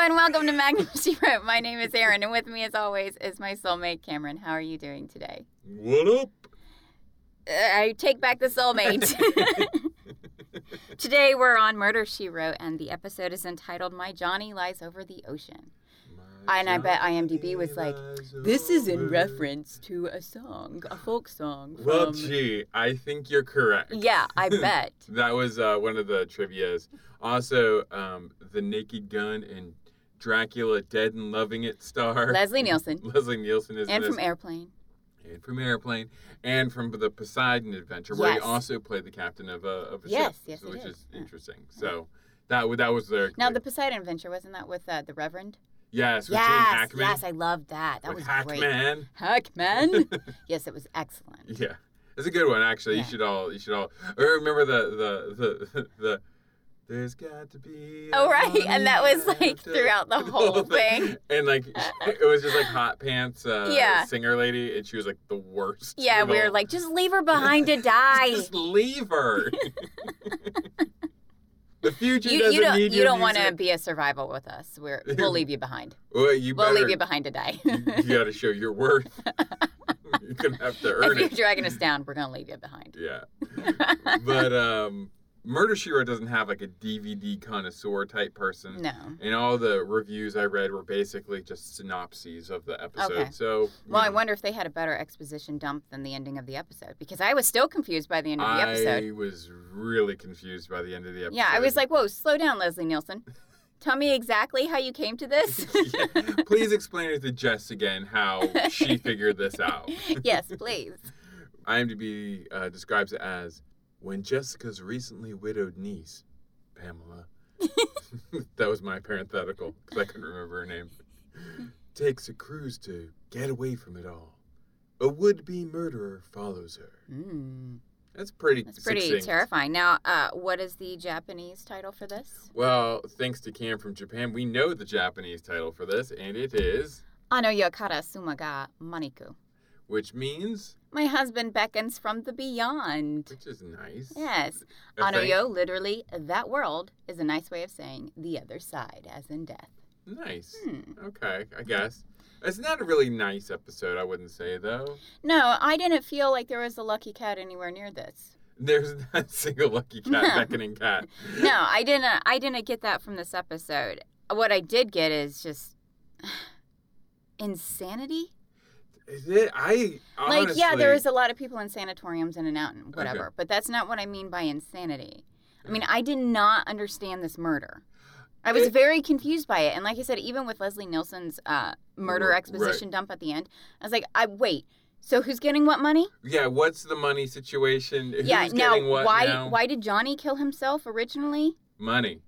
and welcome to Magnum Secret. My name is Erin, and with me, as always, is my soulmate, Cameron. How are you doing today? What up? Uh, I take back the soulmate. today, we're on Murder, She Wrote, and the episode is entitled My Johnny Lies Over the Ocean. And I bet IMDb was like, This is in reference to a song, a folk song. Well, from- gee, I think you're correct. yeah, I bet. That was uh, one of the trivia's. Also, um, the Naked Gun and Dracula, Dead and Loving It star Leslie Nielsen, Leslie Nielsen is in and this, from Airplane. and from Airplane, and from the Poseidon Adventure, where he Yes. also played the captain of a, of a Yes, ship, yes, he which did. is Yeah. interesting. So that w- that was their Now, the Poseidon Adventure, wasn't that with uh, the Reverend? yes, with Gene Yes, Hackman, yes, I loved that. That with was great. Hackman. Hackman? yes, it was excellent. Yeah, it's a good one actually. Yeah. You should all you should all or remember the the the the. There's got to be. a Oh, right, honey and that was, like, after throughout the whole thing. And like it was just like hot pants uh, Yeah. singer lady, and she was like the worst. Yeah, of we were all. like, just leave her behind to die. just leave her. the future you doesn't you don't need you your don't want to music. be a survival with us. We're, we'll leave you behind. Well, you We'll better, leave you behind to die. you, got to show your worth. You're gonna have to earn if you're it. dragging us down, we're gonna leave you behind. Yeah. but um, Murder She Wrote doesn't have like a DVD connoisseur type person. No. And all the reviews I read were basically just synopses of the episode. Okay. So Well, I you know, wonder if they had a better exposition dump than the ending of the episode because I was still confused by the end of the episode. I was really confused by the end of the episode. Yeah, I was like, whoa, slow down, Leslie Nielsen. Tell me exactly how you came to this. Yeah. Please explain it to Jess again how she figured this out. yes, please. IMDb uh, describes it as when Jessica's recently widowed niece, Pamela, that was my parenthetical because I couldn't remember her name, takes a cruise to get away from it all. A would be murderer follows her. Mm, That's pretty that's pretty succinct. terrifying. Now, uh, what is the Japanese title for this? Well, thanks to Cam from Japan, we know the Japanese title for this, and it is, Ano Yokara Sumaga Maniku. which means, My husband beckons from the beyond. which is nice. Yes. I think- Anoyo, literally, that world is a nice way of saying the other side, as in death. Nice. Hmm. Okay, I guess. It's not a really nice episode, I wouldn't say, though. No, I didn't feel like there was a lucky cat anywhere near this. There's not a single lucky cat, No. beckoning cat. No, I didn't. I didn't get that from this episode. What I did get is just insanity. Is it? I honestly, like, yeah, there is a lot of people in sanatoriums in and out and Okay. whatever, but that's not what I mean by insanity. I mean, I did not understand this murder. I was It- very confused by it, and like I said, even with Leslie Nielsen's uh, murder Ri- right. exposition dump at the end, I was like, I wait. So who's getting what money? Yeah, what's the money situation? yeah. Who's Now Eh, getting what why now? why did Johnny kill himself originally? Money.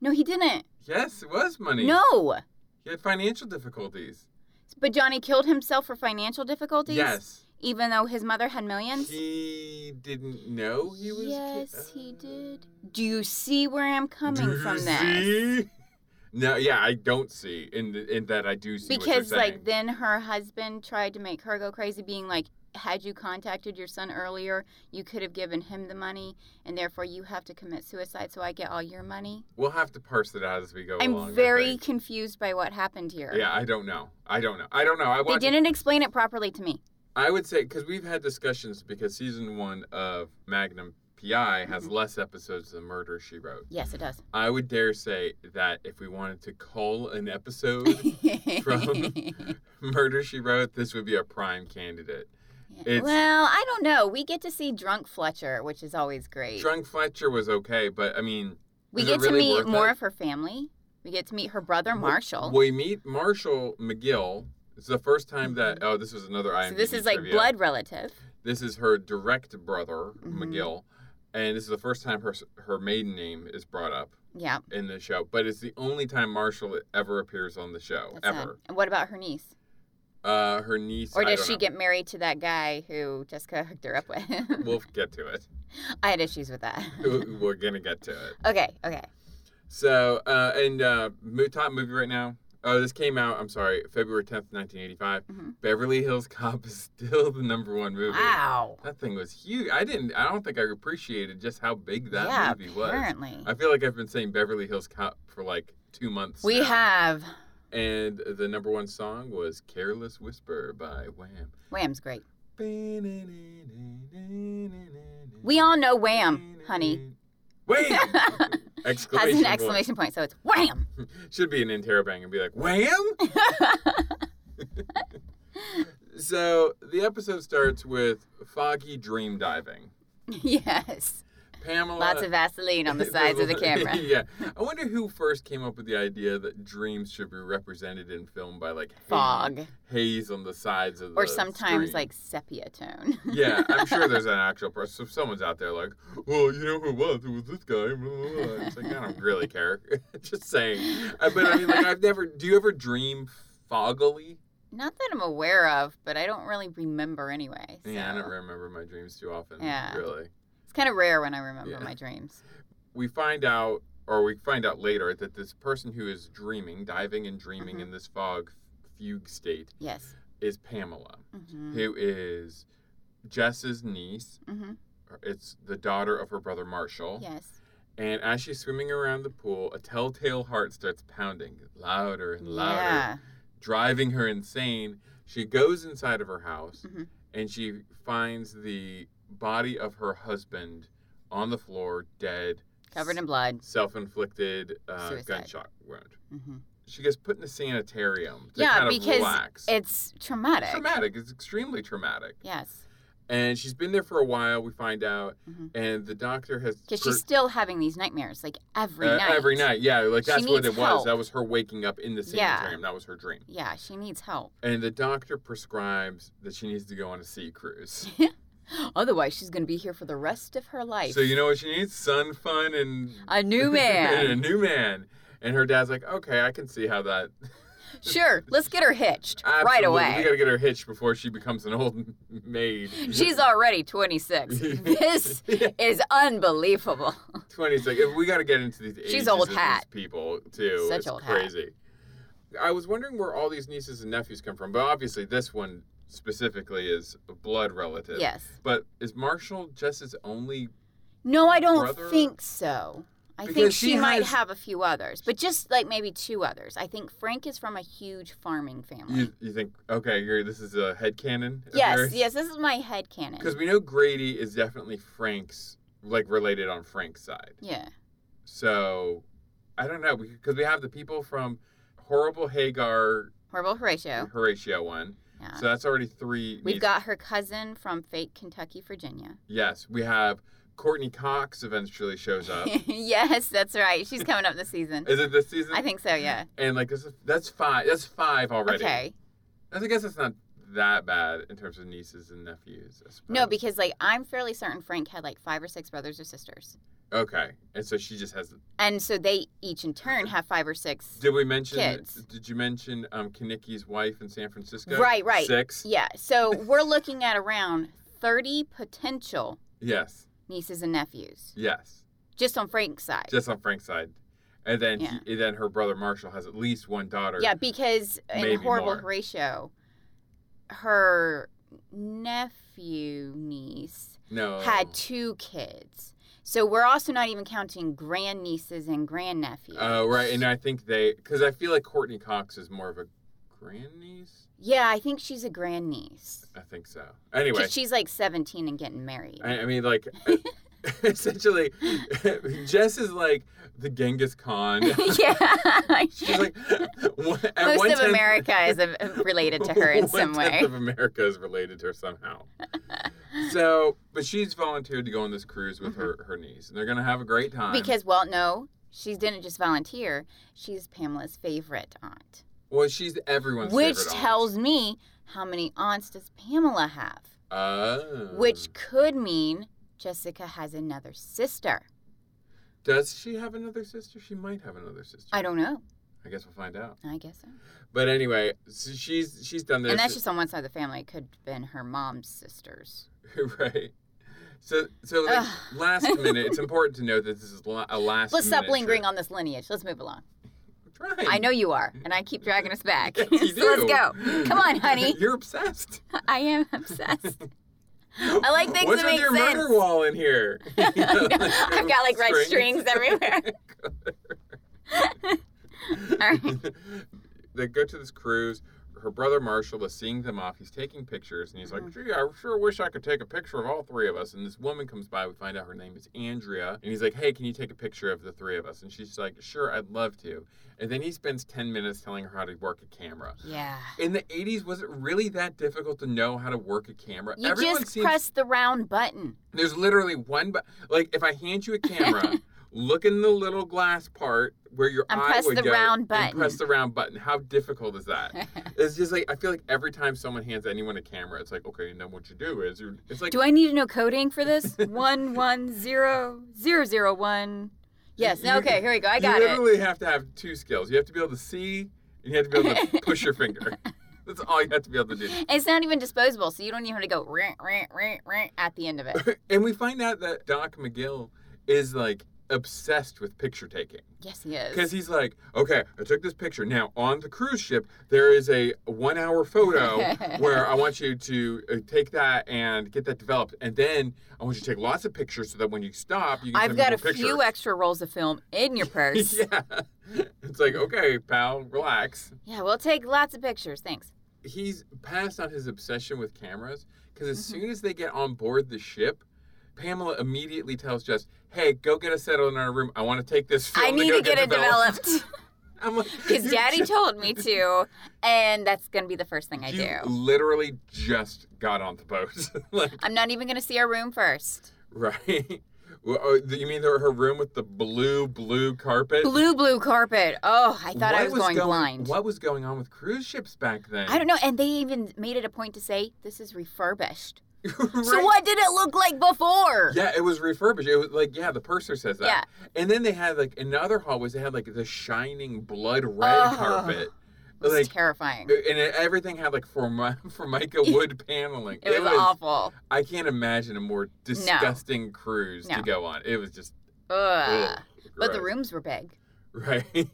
No, he didn't. Yes, it was money. No. He had financial difficulties. But Johnny killed himself for financial difficulties. Yes. Even though his mother had millions. He didn't know Oh, he was. ki- Yes, he Uh, did. Do you see where I'm coming do from you this? See? No, yeah, I don't see. In the, in that, I do see. what you're Because like saying. then her husband tried to make her go crazy, being like, "Had you contacted your son earlier, you could have given him the money, and therefore you have to commit suicide, so I get all your money." we'll have to parse it out as we go along. I I'm very think. confused by what happened here. Yeah, I don't know. I don't know. I don't know. I they watched didn't explain it properly to me. I would say because we've had discussions because season one of Magnum PI Mm-hmm. has less episodes than Murder She Wrote. Yes, it does. I would dare say that if we wanted to cull an episode From- Murder She Wrote, this would be a prime candidate. Yeah. It's- well, I don't know. We get to see drunk Fletcher, which is always great. Drunk Fletcher was okay, but I mean, we is it get really to meet worth more it? of her family. We get to meet her brother Wh- Marshall. we meet Marshall McGill. It's the first time that oh, this was another IMDb. Mm-hmm. so this is like trivia. blood relative. This is her direct brother Mhm. McGill, and this is the first time her s- her maiden name is brought up. Yeah, in the show, but it's the only time Marshall ever appears on the show that's sad. ever. And what about her niece? Uh, her niece, Or I does don't she know. get married to that guy who Jessica hooked her up with? We'll get to it. I had issues with that. We- We're gonna get to it. okay, okay. So, uh, and uh, mo- top movie right now. Oh, this came out. I'm sorry, February 10th, 1985. Mhm. Beverly Hills Cop is still the number one movie. Wow. That thing was huge. I didn't. I don't think I appreciated just how big that yeah, movie was. apparently. I feel like I've been saying Beverly Hills Cop for like two months. We now. have And the number one song was Careless Whisper by Wham. Wham's great. We all know Wham, honey. Wham! Has exclamation an point. exclamation point, so it's Wham. Should be an interrobang and be like, Wham! so the episode starts with Foggy dream diving. yes. Pamela. Lots of Vaseline on the sides of the camera. yeah. I wonder who first came up with the idea that dreams should be represented in film by like haze- Fog, haze on the sides of the or sometimes screen. like sepia tone. yeah, I'm sure there's an actual person. So someone's out there like, well, you know who it was? It was this guy. Blah, blah, blah." It's like, I don't really care. Just saying. Uh, But I mean, like, I've never. Do you ever dream foggily? Not that I'm aware of, but I don't really remember anyway. So Yeah, I don't remember my dreams too often. Yeah. Really. It's kind of rare when I remember Yeah. my dreams. We find out, or we find out later, that this person who is dreaming, diving and dreaming Mhm. in this fog fugue state Yes. is Pamela, Mm-hmm. who is Jess's niece. Mm-hmm. or It's the daughter of her brother Marshall. Yes. And as she's swimming around the pool, a telltale heart starts pounding louder and louder, Yeah. driving her insane. She goes inside of her house Mhm. and she finds the body of her husband on the floor, dead, Covered in blood. self inflicted uh, Suicide. gunshot wound. hmm She gets put in a sanitarium to Yeah, kind of because relax. It's traumatic. traumatic. It's extremely traumatic. Yes. And she's been there for a while, we find out, Mhm. and the doctor has. Because per- she's still having these nightmares, like every Uh, night. Every night, yeah. Like She that's what needs it was. help. That was her waking up in the Yeah. sanitarium. That was her dream. Yeah, she needs help. And the doctor prescribes that she needs to go on a sea cruise. Otherwise, she's going to be here for the rest of her life. So you know what she needs? Sun, fun, and a new and a man. new man. And her dad's like, okay, I can see how that. sure, let's get her hitched right Absolutely, We away. gotta get her hitched before she becomes an old maid. She's already 26. this is unbelievable. twenty six. We gotta get into these. She's ages old of these hat. people too. Such it's old hat. crazy. I was wondering where all these nieces and nephews come from, but obviously this one specifically is a blood relative. Yes. But is Marshall Jess's only? No, I don't Brother- think so. I think Because she, she might has- have a few others, but just like maybe two others. I think Frank is from a huge farming family. You, you think? Okay, you're, this is a head cannon. yes, yes, this is my head canon. Because we know Grady is definitely Frank's, like related on Frank's side. Yeah. So I don't know because we have the people from horrible Hagar Horrible Horatio. Horatio one. Yeah. So that's already three. We've nieces. got her cousin from fake Kentucky, Virginia. Yes, we have Courtney Cox eventually shows up. yes, that's right. She's coming up this season. Oh. is it this season? I think so, yeah. And like this is, that's five. That's five already. Okay. I guess it's not that bad in terms of nieces and nephews. I suppose. No, because like I'm fairly certain Frank had like five or six brothers or sisters. okay. And so she just has. And so they each in turn have five or six. Did we mention? Kids. Did you mention um, Kanicki's wife in San Francisco? Right, right. Six. Yeah. So we're looking at around 30 potential Yes. nieces and nephews Yes. just on Frank's side. Just on Frank's side, and then Yeah. he, then her brother Marshall has at least one daughter. Yeah, because in Maybe Horrible more. Horatio, her nephew niece No. had two kids. So we're also not even counting grandnieces and grandnephews. Oh right, and I think they because I feel like Courtney Cox is more of a grandniece. yeah, I think she's a grandniece. I think so. Anyway, 'Cause she's like 17 and getting married. I, I mean, like, essentially, Jess is like the Genghis Khan. yeah. She's like, one, at Most of one-tenth- America is uh, related to her in some one-tenth way. of America is related to her somehow. so, but she's volunteered to go on this cruise with her, her niece, and they're gonna have a great time. Mm-hmm. Because, well, no, she didn't just volunteer. She's Pamela's favorite aunt, well, she's everyone's which favorite aunt. tells me how many aunts does Pamela have, Oh. which could mean Jessica has another sister. does she have another sister? She might have another sister. I don't know. I guess we'll find out. I guess so. But anyway, so she's she's done this. and that's just on one side of the family. It could have been her mom's sisters. right. So, so like, Ugh. last minute, it's important to note that this is la- a last. Let's stop minute lingering trip. on this lineage. Let's move along. I'm trying. I know you are, and I keep dragging us back. Yes, you so let's do. go. Come on, honey. You're obsessed. I am obsessed. I like things What's that with make your sense. murder wall in here? I've got like red strings everywhere. right. they go to this cruise. Her brother Marshall is seeing them off. He's taking pictures, and he's like, Mm-hmm. "Gee, I sure wish I could take a picture of all three of us." And this woman comes by. We find out her name is Andrea, and he's like, "Hey, can you take a picture of the three of us?" And she's like, "Sure, I'd love to." And then he spends ten minutes telling her how to work a camera. Yeah. In the '80s, was it really that difficult to know how to work a camera? You just press the round button. There's literally one, but like if I hand you a camera, look in the little glass part where your And eye press would the go round and button. press the round button. How difficult is that? it's just like I feel like every time someone hands anyone a camera, it's like okay, and then what you do is you it's like Do I need to know coding for this? one one zero zero zero one. Yes. You- okay. Here we go. I got you it. literally have to have two skills. You have to be able to see, and you have to be able to push your finger. That's all you have to be able to do. It's not even disposable, so you don't even have to go rant, rant, rant, rant at the end of it. And we find out that Doc McGill is like obsessed with picture taking. Yes, he is. Because he's like, okay, I took this picture. Now, on the cruise ship, there is a one hour photo where I want you to uh, take that and get that developed. And then I want you to take lots of pictures so that when you stop, you can I've send got me a more few pictures. extra rolls of film in your purse. yeah. yeah. It's like, okay, pal, relax. we'll take lots of pictures. Thanks. He's passed on his obsession with cameras because Mm-hmm. as soon as they get on board the ship, Pamela immediately tells Jess, hey, go get us settled in our room. I want to take this film. I need go to get, it developed I'm like, because "You Daddy just- told me to, and that's gonna be the first thing I you do. literally just got on the boat. like, I'm not even gonna see our room first. right? Well, oh, you mean her her room with the blue, blue carpet? Blue, blue carpet. Oh, I thought I What was, going, blind. What was going on with cruise ships back then? I don't know. And they even made it a point to say this is refurbished. know. So what did it look like before? Yeah, it was refurbished. It was like, yeah, the purser says that. Yeah. And then they had like another hallways. They had like the shining blood red Ugh. carpet, It's like, terrifying. It, and it, everything had like formi- formica wood paneling. was, awful. I can't imagine a more disgusting cruise No. to go on. It was just. Ugh. ugh, Uh, But the gross. rooms were big. Right.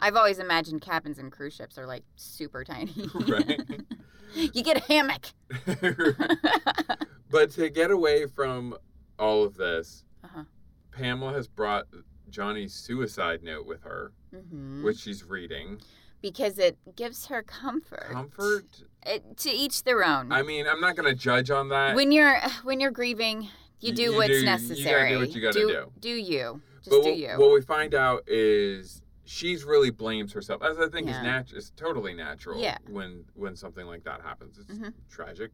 I've always imagined cabins and cruise ships are like super tiny. right. you get a hammock. but to get away from all of this, Uh-huh. Pamela has brought Johnny's suicide note with her, hmm which she's reading. because it gives her comfort. Comfort? It, to each their own. I mean, I'm not going to judge on that. when you're when you're grieving, you You- do you what's do- you gotta do necessary. what you gotta do. Do you? Just but do what, you. what we find out is she's really blames herself, as I think is Yeah. natural. It's totally natural Yeah. when when something like that happens. It's Mhm. tragic.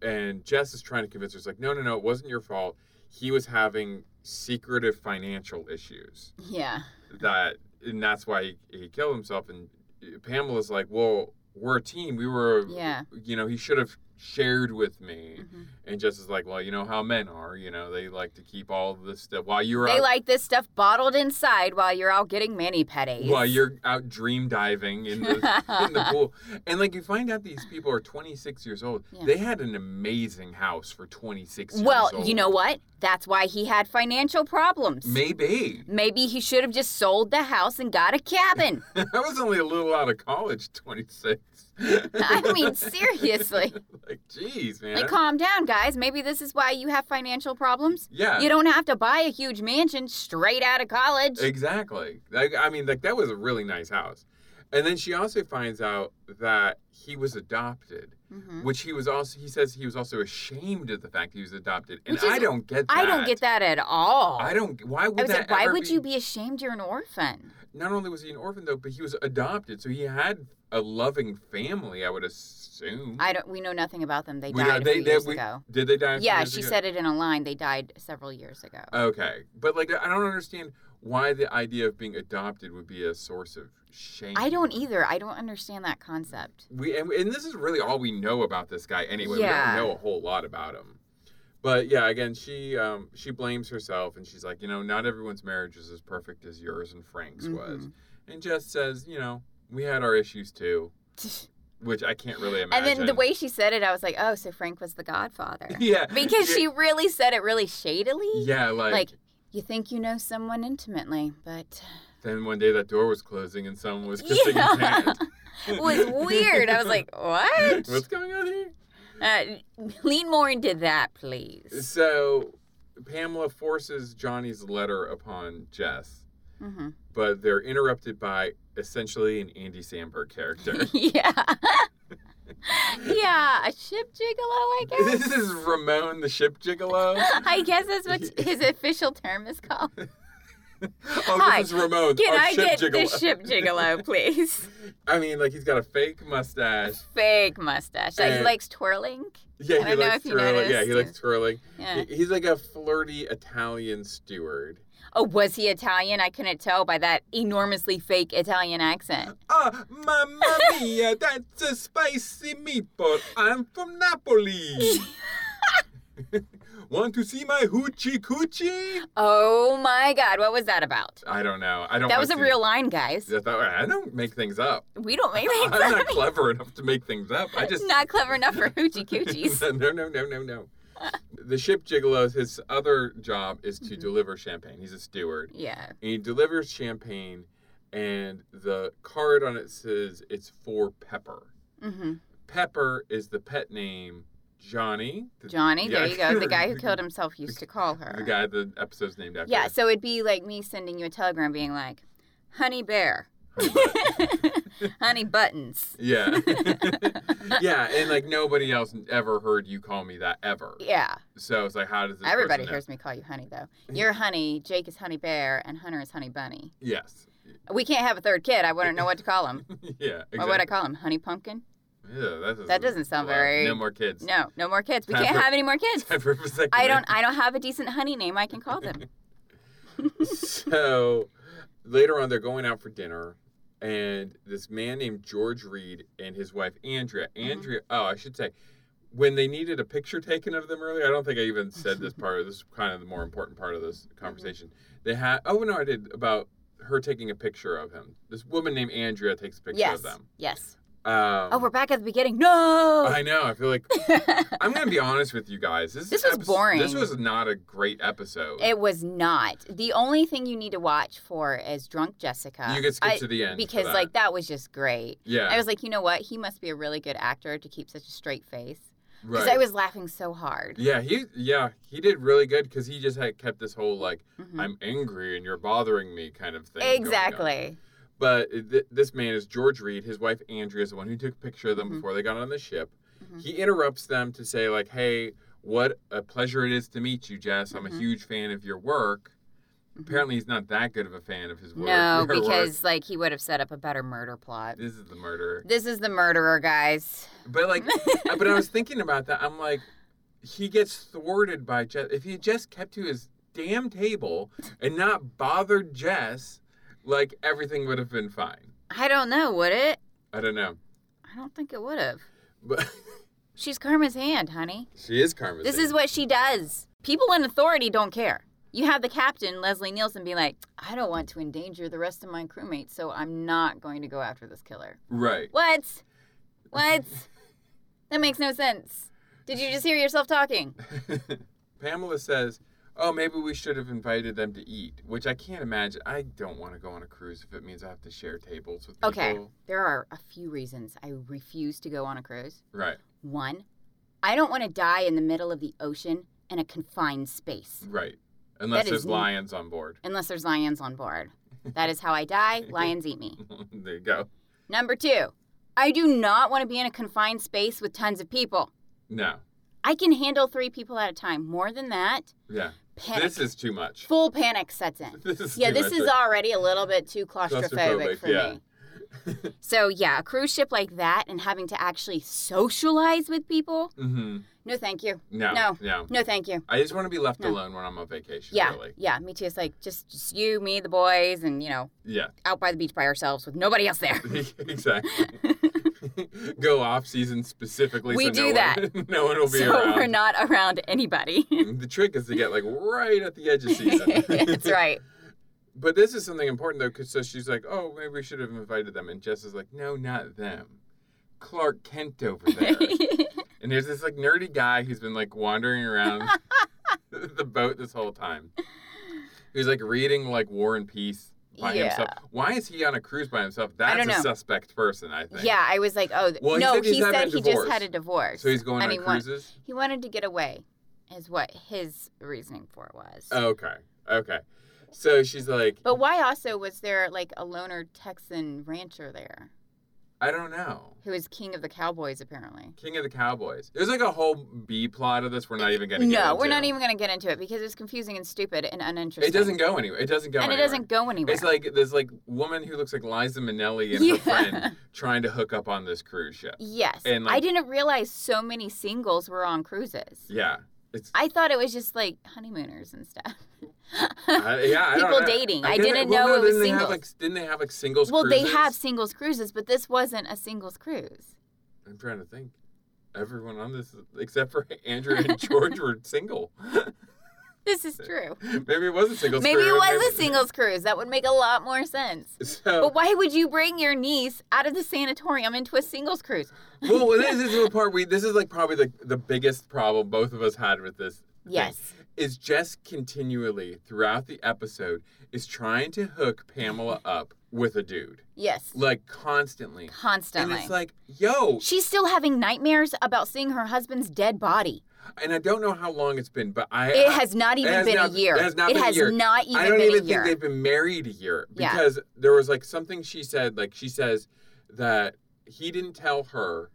And Jess is trying to convince her, it's like, no, no, no, it wasn't your fault. He was having secretive financial issues. yeah. that and that's why he, he killed himself and uh, pamela's like well we're a team we were Yeah. you know he should have shared with me Mhm. and just is like well you know how men are you know they like to keep all this stuff while you're They out like this stuff bottled inside while you're out getting mani pedis. while you're out dream diving in the, in the pool and like you find out these people are 26 years old Yeah. they had an amazing house for 26 years well, old. you know what? That's why he had financial problems. maybe Maybe he should have just sold the house and got a cabin. i was only a little out of college 26 I mean, seriously. like jeez man Like, calm down, guys. Maybe this is why you have financial problems. yeah You don't have to buy a huge mansion straight out of college. Exactly. Like I mean, like that was a really nice house. And then she also finds out that he was adopted, Mhm. which he was also he says he was also ashamed of the fact he was adopted. And Which is- I don't get that. I don't get that at all. I don't why would I was like, that why ever would you be ashamed you're an orphan? not only was he an orphan though, but he was adopted, so he had a loving family, I would assume. I don't. We know nothing about them. They We died know- they- a few they- years we- ago. Did they die? a few Yeah, years she ago? said it in a line. They died several years ago. Okay. But like I don't understand why the idea of being adopted would be a source of shame. I don't e either. I don't understand that concept. we and, and this is really all we know about this guy anyway. Yeah. We don't know a whole lot about him. But yeah, again, she um, she blames herself and she's like, you know, not everyone's marriage is as perfect as yours and Frank's was. Mm-hmm. And Jess says, you know, we had our issues too, which I can't really and imagine. then the way she said it, I was like, oh, so Frank was the godfather. yeah, because yeah, she really said it really shadily. yeah, like, Like, you think you know someone intimately, but then one day that door was closing and someone was kissing his Yeah. hand. it was weird. I was like, what? what's going on here? Uh, lean more into that, please. So Pamela forces Johnny's letter upon Jess. hmm but they're interrupted by essentially an Andy Samberg character. yeah. yeah, a ship gigolo, I guess. this is Ramon the Ship Gigolo. I guess that's what his official term is called. Oh, Hi. this is Ramon. Can of I Ship get Gigolo. this ship gigolo, please? I mean, like he's got a fake mustache. Fake mustache. Like, he And- likes twirling. I Yeah, he don't know likes if you twirling. Yeah, he noticed. likes twirling. Yeah. He- He's like a flirty Italian steward. Oh, was he Italian? I couldn't tell by that enormously fake Italian accent. Ah, mamma mia, that's a spicy meatball. I'm from Napoli. Want to see my hoochie coochie? Oh my God, what was that about? I don't know. I don't. That wanna was a see- real line, guys. I thought, I don't make things up. We don't make I'm things not clever enough to make things up. I just Not clever enough for hoochie coochies. no, no, no, no, no. The ship gigolo. His other job is to Mhm. deliver champagne. He's a steward. yeah. and he delivers champagne and the card on it says it's for pepper hmm pepper is the pet name johnny the, Johnny, there Yeah. you go. The guy who killed himself used to call her. the guy the episode's named after Yeah, so it'd be like me sending you a telegram being like, honey bear, honey buttons. yeah yeah and like nobody else ever heard you call me that ever Yeah. so it's like how does this Everybody person know? hears me call you honey, though. You're honey, Jake is honey bear, and Hunter is honey bunny. yes We can't have a third kid. I wouldn't know what to call him. yeah exactly. What would I call him? Honey pumpkin? yeah, that, That doesn't sound well, very- no more kids No, no more kids. We Time can't for- have any more kids. Time for vasectomy. I don't. I don't have a decent honey name I can call them. so later on, they're going out for dinner, and this man named George Reed and his wife Andrea. Mm-hmm. Andrea, oh, I should say, when they needed a picture taken of them earlier, I don't think I even said this part. This is kind of the more important part of this Mm-hmm. conversation. They had, oh no, I did about her taking a picture of him. This woman named Andrea takes a picture yes. of them. Yes. Um, Oh, we're back at the beginning. No. I know. I feel like I'm gonna be honest with you guys. This This was episode- boring. This was not a great episode. It was not. The only thing you need to watch for is Drunk Jessica. you could skip I- to the end for because that. like that was just great. yeah, I was like, you know what? He must be a really good actor to keep such a straight face. Because right. I was laughing so hard. Yeah, he yeah he did really good because he just had kept this whole like Mhm. I'm angry and you're bothering me kind of thing. going on. Exactly. But th- this man is George Reed. His wife Andrea is the one who took a picture of them Mhm. before they got on the ship. Mhm. He interrupts them to say like, "Hey, what a pleasure it is to meet you, Jess. I'm a Mhm. huge fan of your work." Mhm. Apparently, he's not that good of a fan of his work. No, her work. because like he would have set up a better murder plot. this is the murderer. This is the murderer, guys. But like, but I was thinking about that. I'm like, he gets thwarted by Jess. If he had just kept to his damn table and not bothered Jess, like everything would have been fine. I don't know, would it? I don't know, I don't think it would have. but She's Karma's hand, honey. she is Karma. This is what she does. People in authority don't care. You have the captain, Leslie Nielsen, be like, I don't want to endanger the rest of my crewmates, so I'm not going to go after this killer. right. What? What? that makes no sense. Did you just hear yourself talking? Pamela says, "Oh, maybe we should have invited them to eat," which I can't imagine. I don't want to go on a cruise if it means I have to share tables with people. Okay. There are a few reasons I refuse to go on a cruise. Right. One, I don't want to die in the middle of the ocean in a confined space Right. Unless is there's n- lions on board. unless there's lions on board. That is how I die. Lions eat me. there you go. Number two, I do not want to be in a confined space with tons of people. No. I can handle three people at a time. More than that, Yeah. panic, This is too much. full panic sets in. This is Yeah, too this much. is already a little bit too claustrophobic, Claustrophobic, for yeah. me. So, yeah, a cruise ship like that and having to actually socialize with people, Mhm. no thank you. No, no, No. No thank you. I just want to be left No. alone when I'm on vacation. Yeah, Really. yeah, me too. It's like just, just you, me, the boys, and, you know, Yeah. out by the beach by ourselves with nobody else there. exactly. Go off season specifically. We so do no that. One, no one will be so around. Mm, we're not around anybody. The trick is to get like right at the edge of season. That's right. But this is something important though, because so she's like, "Oh, maybe we should have invited them," and Jess is like, "No, not them. Clark Kent over there." And there's this like nerdy guy who's been like wandering around the boat this whole time. He's like reading like War and Peace by Yeah. himself. Why is he on a cruise by himself? I That's don't a know. suspect person, I think. Yeah, I was like, oh, th- Well, he no, said he's he having said a he just divorce. had a divorce. So he's going and on he wa- cruises. he Oh, wanted to get away, is what his reasoning for it was. Okay. Okay. So she's like, But why also was there like a loner Texan rancher there I don't know. who is king of the cowboys apparently? King of the Cowboys. There's like a whole B plot of this. We're not even gonna. get No, into. we're not even going to get into it because it's confusing and stupid and uninteresting. It doesn't go anywhere. It doesn't go. and it anywhere. doesn't go anywhere. It's like there's like woman who looks like Liza Minnelli and Yeah. her friend trying to hook up on this cruise ship. yes, and, I like- didn't realize so many singles were on cruises. Yeah, it's I thought it was just like honeymooners and stuff. I, yeah. I People don't know. dating. I guess didn't well, know no, it was didn't they have, singles. like, didn't they have like singles? well, they cruises? have singles cruises, but this wasn't a singles cruise. I'm trying to think. Everyone on this except for Andrew and George were single. This is true. Maybe it was a single. Maybe it was a singles cruise. That would make a lot more sense. So But why would you bring your niece out of the sanatorium into a singles cruise? well, this is the part we. This is like probably the the biggest problem both of us had with this. thing. Yes. is Jess continually throughout the episode is trying to hook Pamela up with a dude, Yes. like constantly. Constantly. And it's like, yo, She's still having nightmares about seeing her husband's dead body. and I don't know how long it's been, but I It has not even has been not- a year. it has not been a year. not even I don't been even a think year. they've been married a year Yeah. because there was like something she said, like she says that he didn't tell her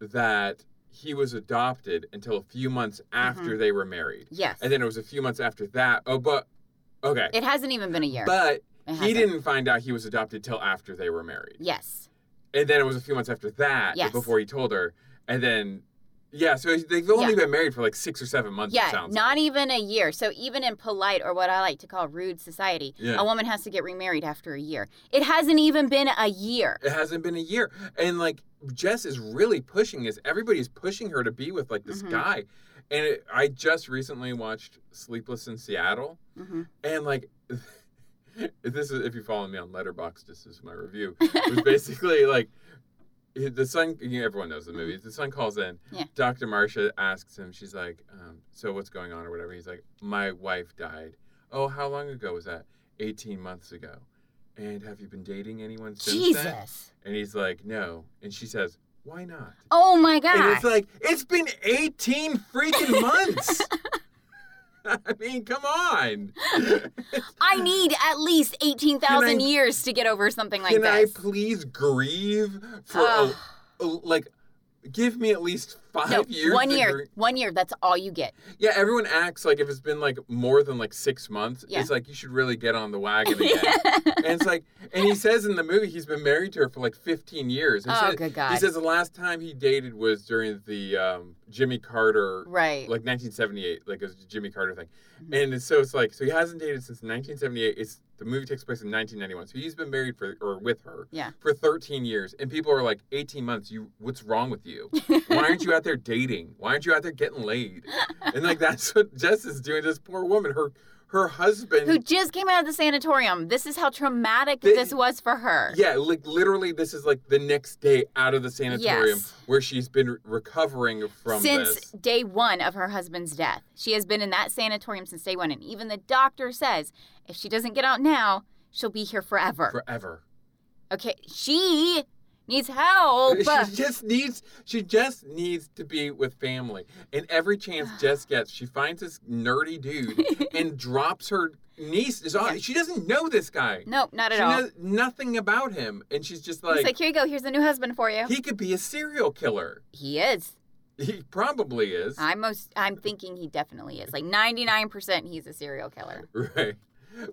that he was adopted until a few months after Mm-hmm. they were married. yes. And then it was a few months after that. Oh, but okay. it hasn't even been a year. but It he hasn't. didn't find out he was adopted till after they were married. Yes. And then it was a few months after that Yes. before he told her. And then, yeah, so they've only Yeah. been married for like six or seven months, it Yeah, sounds not like. even a year. So even in polite or what I like to call rude society, Yeah. a woman has to get remarried after a year. It hasn't even been a year. It hasn't been a year. And like, Jess is really pushing this. Everybody's pushing her to be with like this Mhm. guy. And it, I just recently watched Sleepless in Seattle. hmm And like, this is if you follow me on Letterbox, this is my review. It was basically like the son. You know, everyone knows the movie. The son calls in. Mm-hmm. Yeah. Dr. Marcia asks him. She's like, um, "So what's going on or whatever?" He's like, "My wife died. Oh, how long ago was that? Eighteen months ago. And have you been dating anyone since then?" Jesus. And he's like, "No." And she says, "Why not?" Oh my And God. it's like it's been eighteen freaking months. I mean, come on. I need at least Can 18,000 I- years to get over something like Can this. I please grieve for Ugh. a, a- like? Give me at least five no, years. one to year. grieve. One year. That's all you get. Yeah, everyone acts like if it's been like more than like six months, Yeah. it's like you should really get on the wagon again. and it's like, and he says in the movie he's been married to her for like 15 years. He Oh, says- good God. He says the last time he dated was during the um, Jimmy Carter Right. like 1978, like it was a Jimmy Carter thing. Mhm. And it's, so it's like, so he hasn't dated since 1978. It's the movie takes place in 1991. So he's been married for or with her Yeah. for 13 years, and people are like, 18 months. You, what's wrong with you? Why aren't you out there dating? Why aren't you out there getting laid? And like that's what Jess is doing. to This poor woman, her her husband. Who just came out of the sanatorium. This is how traumatic Th- this was for her. yeah, like literally, this is like the next day out of the sanatorium Yes. where she's been re- recovering from since this. day one of her husband's death. She has been in that sanatorium since day one, and even the doctor says if she doesn't get out now, she'll be here forever. forever. okay, she needs help. She just needs she just needs to be with family. And every chance Jess gets, she finds this nerdy dude and drops her niece. Is on. Yeah. She doesn't know this guy. nope, not she at all. knows nothing about him, and she's just He's like, like, here you go. Here's a new husband for you. He, he could be a serial killer. is. He probably is. I'm most. I'm thinking he definitely is. Like 99%, he's a serial killer. Right.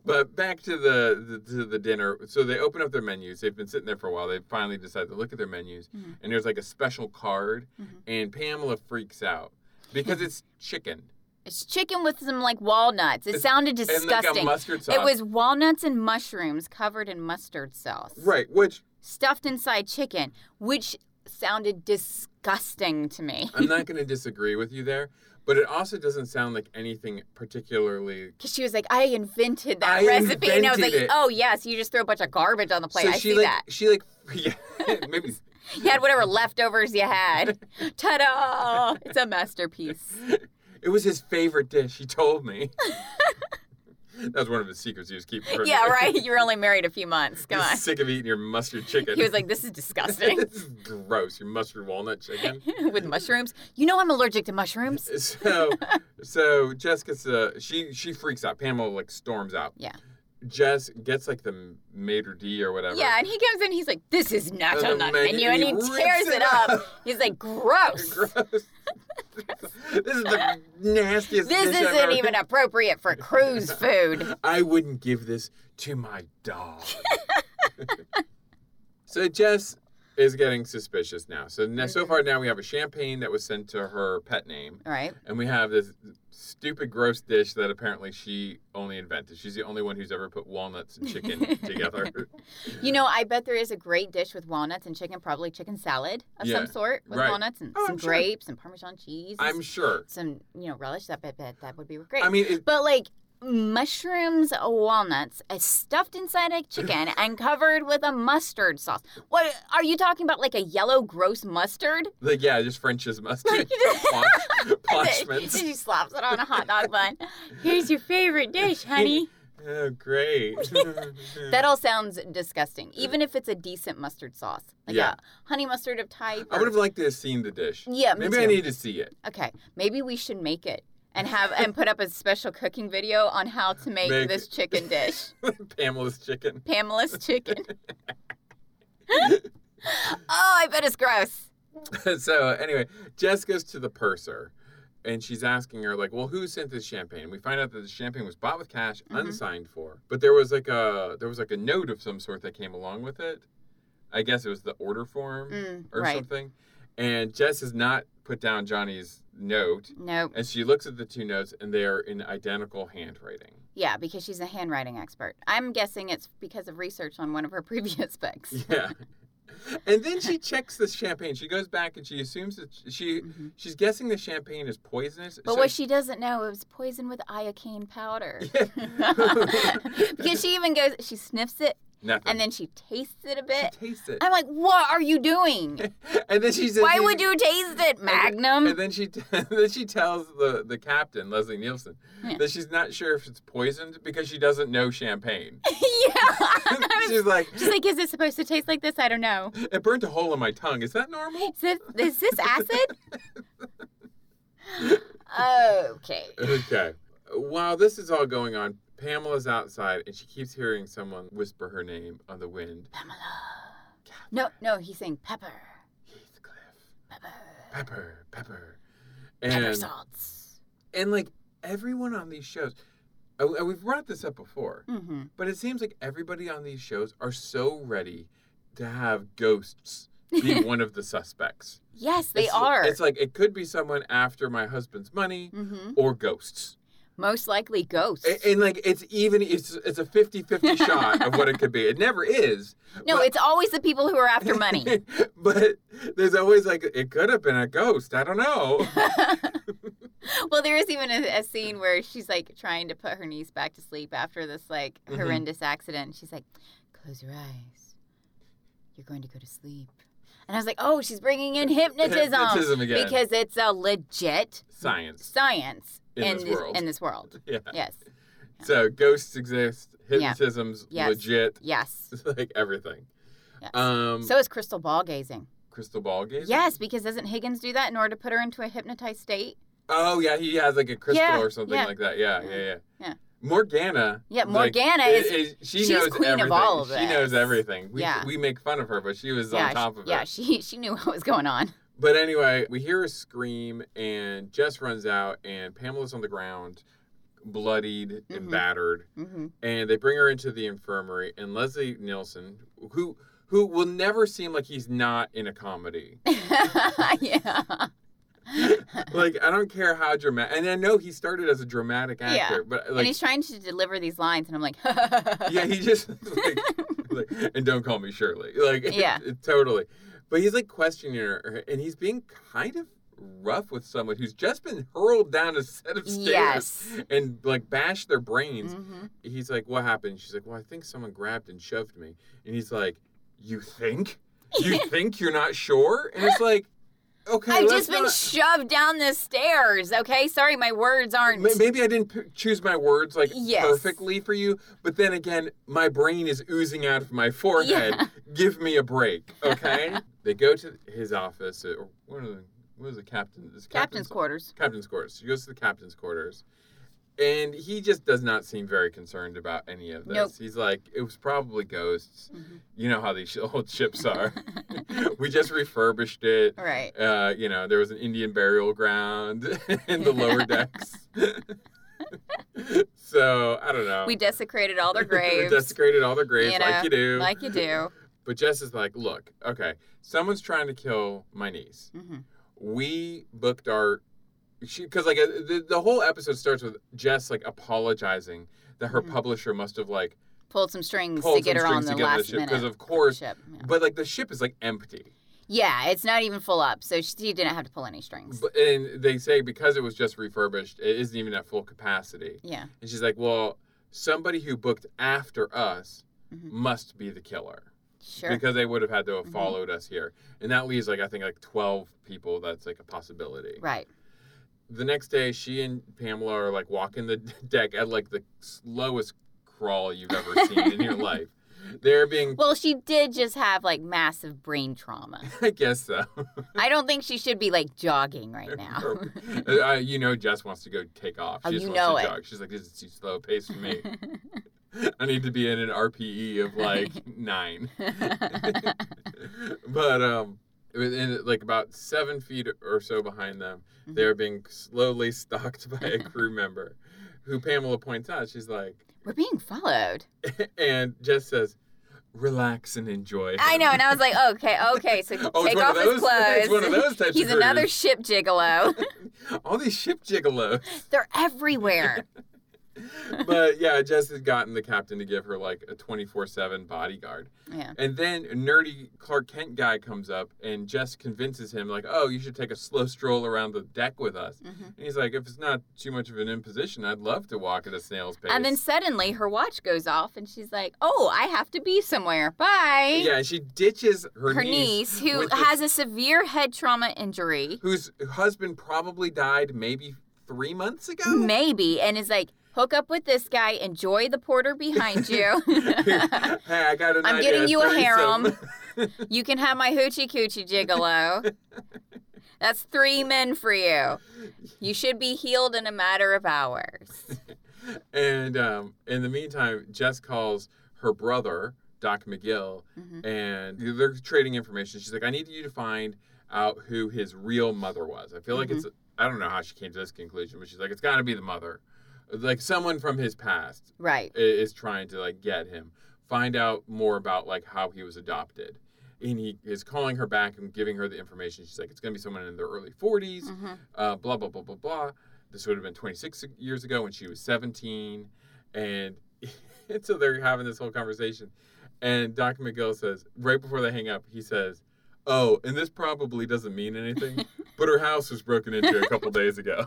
But back to the, the to the dinner. So they open up their menus. They've been sitting there for a while. They finally decide to look at their menus, Mhm. and there's like a special card, Mhm. and Pamela freaks out because it's chicken. It's chicken with some like walnuts. It It's- sounded And like a disgusting. mustard sauce. It was walnuts and mushrooms covered in mustard sauce. right, which stuffed inside chicken, which sounded disgusting to me. I'm not going to disagree with you there, but it also doesn't sound like anything particularly. Because she was like, I invented that I recipe. and I was like, invented it. oh, yes, you just throw a bunch of garbage on the plate. so I she see like that. she like yeah maybe You had whatever leftovers you had. Ta da! It's a masterpiece. it was his favorite dish. He told me. that was one of his secrets. He was keeping. from Yeah, me. right? You were only married a few months. Come He's on. Sick of eating your mustard chicken. He was like, this is disgusting this is gross. Your mustard walnut chicken. with mushrooms. You know, I'm allergic to mushrooms. So, so Jessica's uh, she she freaks out. Pamela like storms out. Yeah. Jess gets like the maitre d or whatever. Yeah, and he comes in, he's like, "This is not And on then the Maggie- menu," and he rips tears it it up. up. He's like, "Gross! Gross. this is the nastiest. This dish I've isn't ever- even appropriate for cruise food." I wouldn't give this to my dog. so Jess is getting suspicious now. So now, so far now we have a champagne that was sent to her pet name, All right. and we have this stupid gross dish that apparently she only invented. She's the only one who's ever put walnuts and chicken together. You know, I bet there is a great dish with walnuts and chicken, probably chicken salad of Yeah, some sort with right. walnuts and Oh, some I'm sure. grapes and Parmesan cheese. and I'm sure. some, you know, relish. That bet that, that would be great. I mean, it, but like mushrooms, walnuts, uh, stuffed inside a chicken and covered with a mustard sauce. What are you talking about? Like a yellow gross mustard? like yeah, just French's mustard, Pon- parchments. she slaps it on a hot dog bun. Here's your favorite dish, honey. Oh, great. That all sounds disgusting, even if it's a decent mustard sauce, like Yeah. a honey mustard of type. I or- would have liked to have seen the dish. Yeah, me Maybe I too. need to see it. Okay, maybe we should make it and have and put up a special cooking video on how to make, Make- this chicken dish. Pamela's chicken. Pamela's chicken. oh, I bet it's gross. so uh, anyway, Jess goes to the purser and she's asking her, like, well, who sent this champagne? We find out that the champagne was bought with cash, Mhm. unsigned for. But there was like a there was like a note of some sort that came along with it. I guess it was the order form Mm, or right. something. And Jess has not put down Johnny's note. Nope. And she looks at the two notes and they are in identical handwriting. Yeah, because she's a handwriting expert. I'm guessing it's because of research on one of her previous books. Yeah. and then she checks the champagne. She goes back and she assumes that she Mhm. she's guessing the champagne is poisonous. But so what she doesn't know is poison with iocane powder. Yeah. because she even goes, she sniffs it Nothing. and then she tastes it a she bit. tastes it. I'm like, what are you doing? and then she says, Why would you taste it, And Magnum? then she and then she tells the, the captain Leslie Nielsen Yeah. that she's not sure if it's poisoned because she doesn't know champagne. yeah. she's like, She's like, is it supposed to taste like this? I don't know. it burnt a hole in my tongue. Is that normal? Is this, is this acid? okay. Okay. While this is all going on, Pamela's outside and she keeps hearing someone whisper her name on the wind. Pamela. No, no, he's saying pepper. Heathcliff. Pepper. Pepper, pepper. Pepper And salts. and like everyone on these shows and and we've brought this up before. Mm-hmm. But it seems like everybody on these shows are so ready to have ghosts be one of the suspects. Yes, they It's- are. It's like it could be someone after my husband's money mm-hmm. or ghosts. Most likely ghosts. And, and like it's even it's it's a 50-50 shot of what it could be. It never is. no, but- it's always the people who are after money. but there's always like it could have been a ghost. I don't know. well, there is even a, a scene where she's like trying to put her niece back to sleep after this like Mhm. horrendous accident. She's like, "Close your eyes. You're going to go to sleep." And I was like, "Oh, she's bringing in hypnotism, Hypnotism again. because it's a legit Science. science In this world. in this world." Yeah. Yes. So ghosts exist. Hypnotism's Yes. legit. Yes. It's like everything. yes. Um so is crystal ball gazing. crystal ball gaze. Yes, because doesn't Higgins do that in order to put her into a hypnotized state? Oh yeah, he has like a crystal Yeah, or something yeah. like that. Yeah, Yeah, yeah, yeah. yeah. Morgana. Yeah, like, Morgana i- is- i- she she's knows queen of everything. all of She knows this. everything. We, Yeah. we make fun of her, but she was yeah, on she- top of yeah, it. she she knew what was going on. But anyway, we hear a scream and Jess runs out and Pamela's on the ground, bloodied and Mhm. battered. hmm And they bring her into the infirmary and Leslie Nielsen, who who will never seem like he's not in a comedy. yeah. like I don't care how dramatic, and I know he started as a dramatic Yeah. actor, but and like he's trying to deliver these lines, and I'm like, yeah, he just like, like, and don't call me Shirley, like it- Yeah. it- totally. But he's like questioning her, and he's being kind of rough with someone who's just been hurled down a set of stairs yes. and like bashed their brains. Mhm. He's like, "What happened?" She's like, "Well, I think someone grabbed and shoved me," and he's like, "You think? You think you're not sure?" And it's like, okay, I've let's just been not- shoved down the stairs. Okay, sorry, my words aren't. May- Maybe I didn't p- choose my words like Yes. perfectly for you, but then again, my brain is oozing out of my forehead. Yeah. Give me a break, okay? they go to his office, or one of the, what is the captain? Is it Captain's quarters. Captain's quarters. She goes to the captain's quarters, And he just does not seem very concerned about any of this. Nope. He's like, it was probably ghosts. Mhm. You know how these sh- old ships are. we just refurbished it. Right. Uh, you know, there was an Indian burial ground in the lower decks. so I don't know. We desecrated all their Um, We graves. desecrated all their graves You know, like you do. like you do. But Jess is like, look, okay, someone's trying to kill my niece hmm we booked our she because like uh, the, the whole episode starts with jess like apologizing that her Mhm. publisher must have like Pulled some strings pulled to get some her on strings the together the last ship minute. because of course ship, yeah. but like the ship is like empty Yeah, it's not even full up, so she didn't have to pull any strings. but, and they say because it was just refurbished it isn't even at full capacity yeah. and she's like well somebody who booked after us Mhm. must be the killer Sure. because they would have had to have Mhm. followed us here and that leaves like i think like 12 people that's like a possibility Right. the next day she and pamela are like walking the deck at like the slowest crawl you've ever seen in your life they're being Well, she did just have like massive brain trauma. i guess so I don't think she should be like jogging right now. uh, you know jess wants to go take off Oh, she just you wants know to it. jog she's like this is too slow pace for me i need to be in an rpe of like nine but um within like about seven feet or so behind them Mhm. they're being slowly stalked by a crew member who pamela points out she's like We're being followed. and Jess says, "Relax and enjoy." I him." know, and I was like, okay, okay, so Oh, it's take one off of his those. It's one of clothes. those types. He's of another groupers. ship gigolo. All these ship gigolos. They're everywhere. but yeah, Jess has gotten the captain to give her like a twenty-four-seven bodyguard, Yeah. and then a nerdy Clark Kent guy comes up, and Jess convinces him like, "Oh, you should take a slow stroll around the deck with us." hmm And he's like, "If it's not too much of an imposition, I'd love to walk at a snail's pace." And then suddenly her watch goes off, and she's like, oh, I have to be somewhere. Bye. yeah, and she ditches her, Her, niece, who with the- has a severe head trauma injury, whose husband probably died maybe three months ago. maybe, and is like, hook up with this guy, enjoy the porter behind you. hey, I got an I'm idea. getting you a threesome. harem. you can have my hoochie coochie gigolo. That's three men for you. You should be healed in a matter of hours. and um, in the meantime, Jess calls her brother, Doc McGill, Mhm. and they're trading information. She's like, I need you to find out who his real mother was. I feel like it's, I don't know how she came to this conclusion, but she's like, it's got to be the mother. Like someone from his past Right. i- is trying to like get him, find out more about like how he was adopted. And he is calling her back and giving her the information. She's like, it's going to be someone in their early 40s. Mhm. uh, blah blah blah blah blah. This would have been 26 years ago when she was 17, and, and so they're having this whole conversation, and Dr. McGill says right before they hang up, he says, "Oh, and this probably doesn't mean anything, but her house was broken into a couple days ago.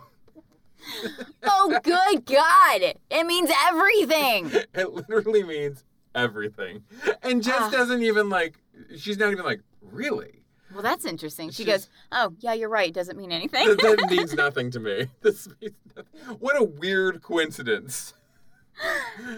Oh, good God. It means everything. It literally means everything." And Jess Ah. doesn't even like. She's not even like really. Well, that's interesting. She She's- goes, Oh, yeah, you're right. Doesn't mean anything. That, that means nothing to me. This means nothing. What a weird coincidence.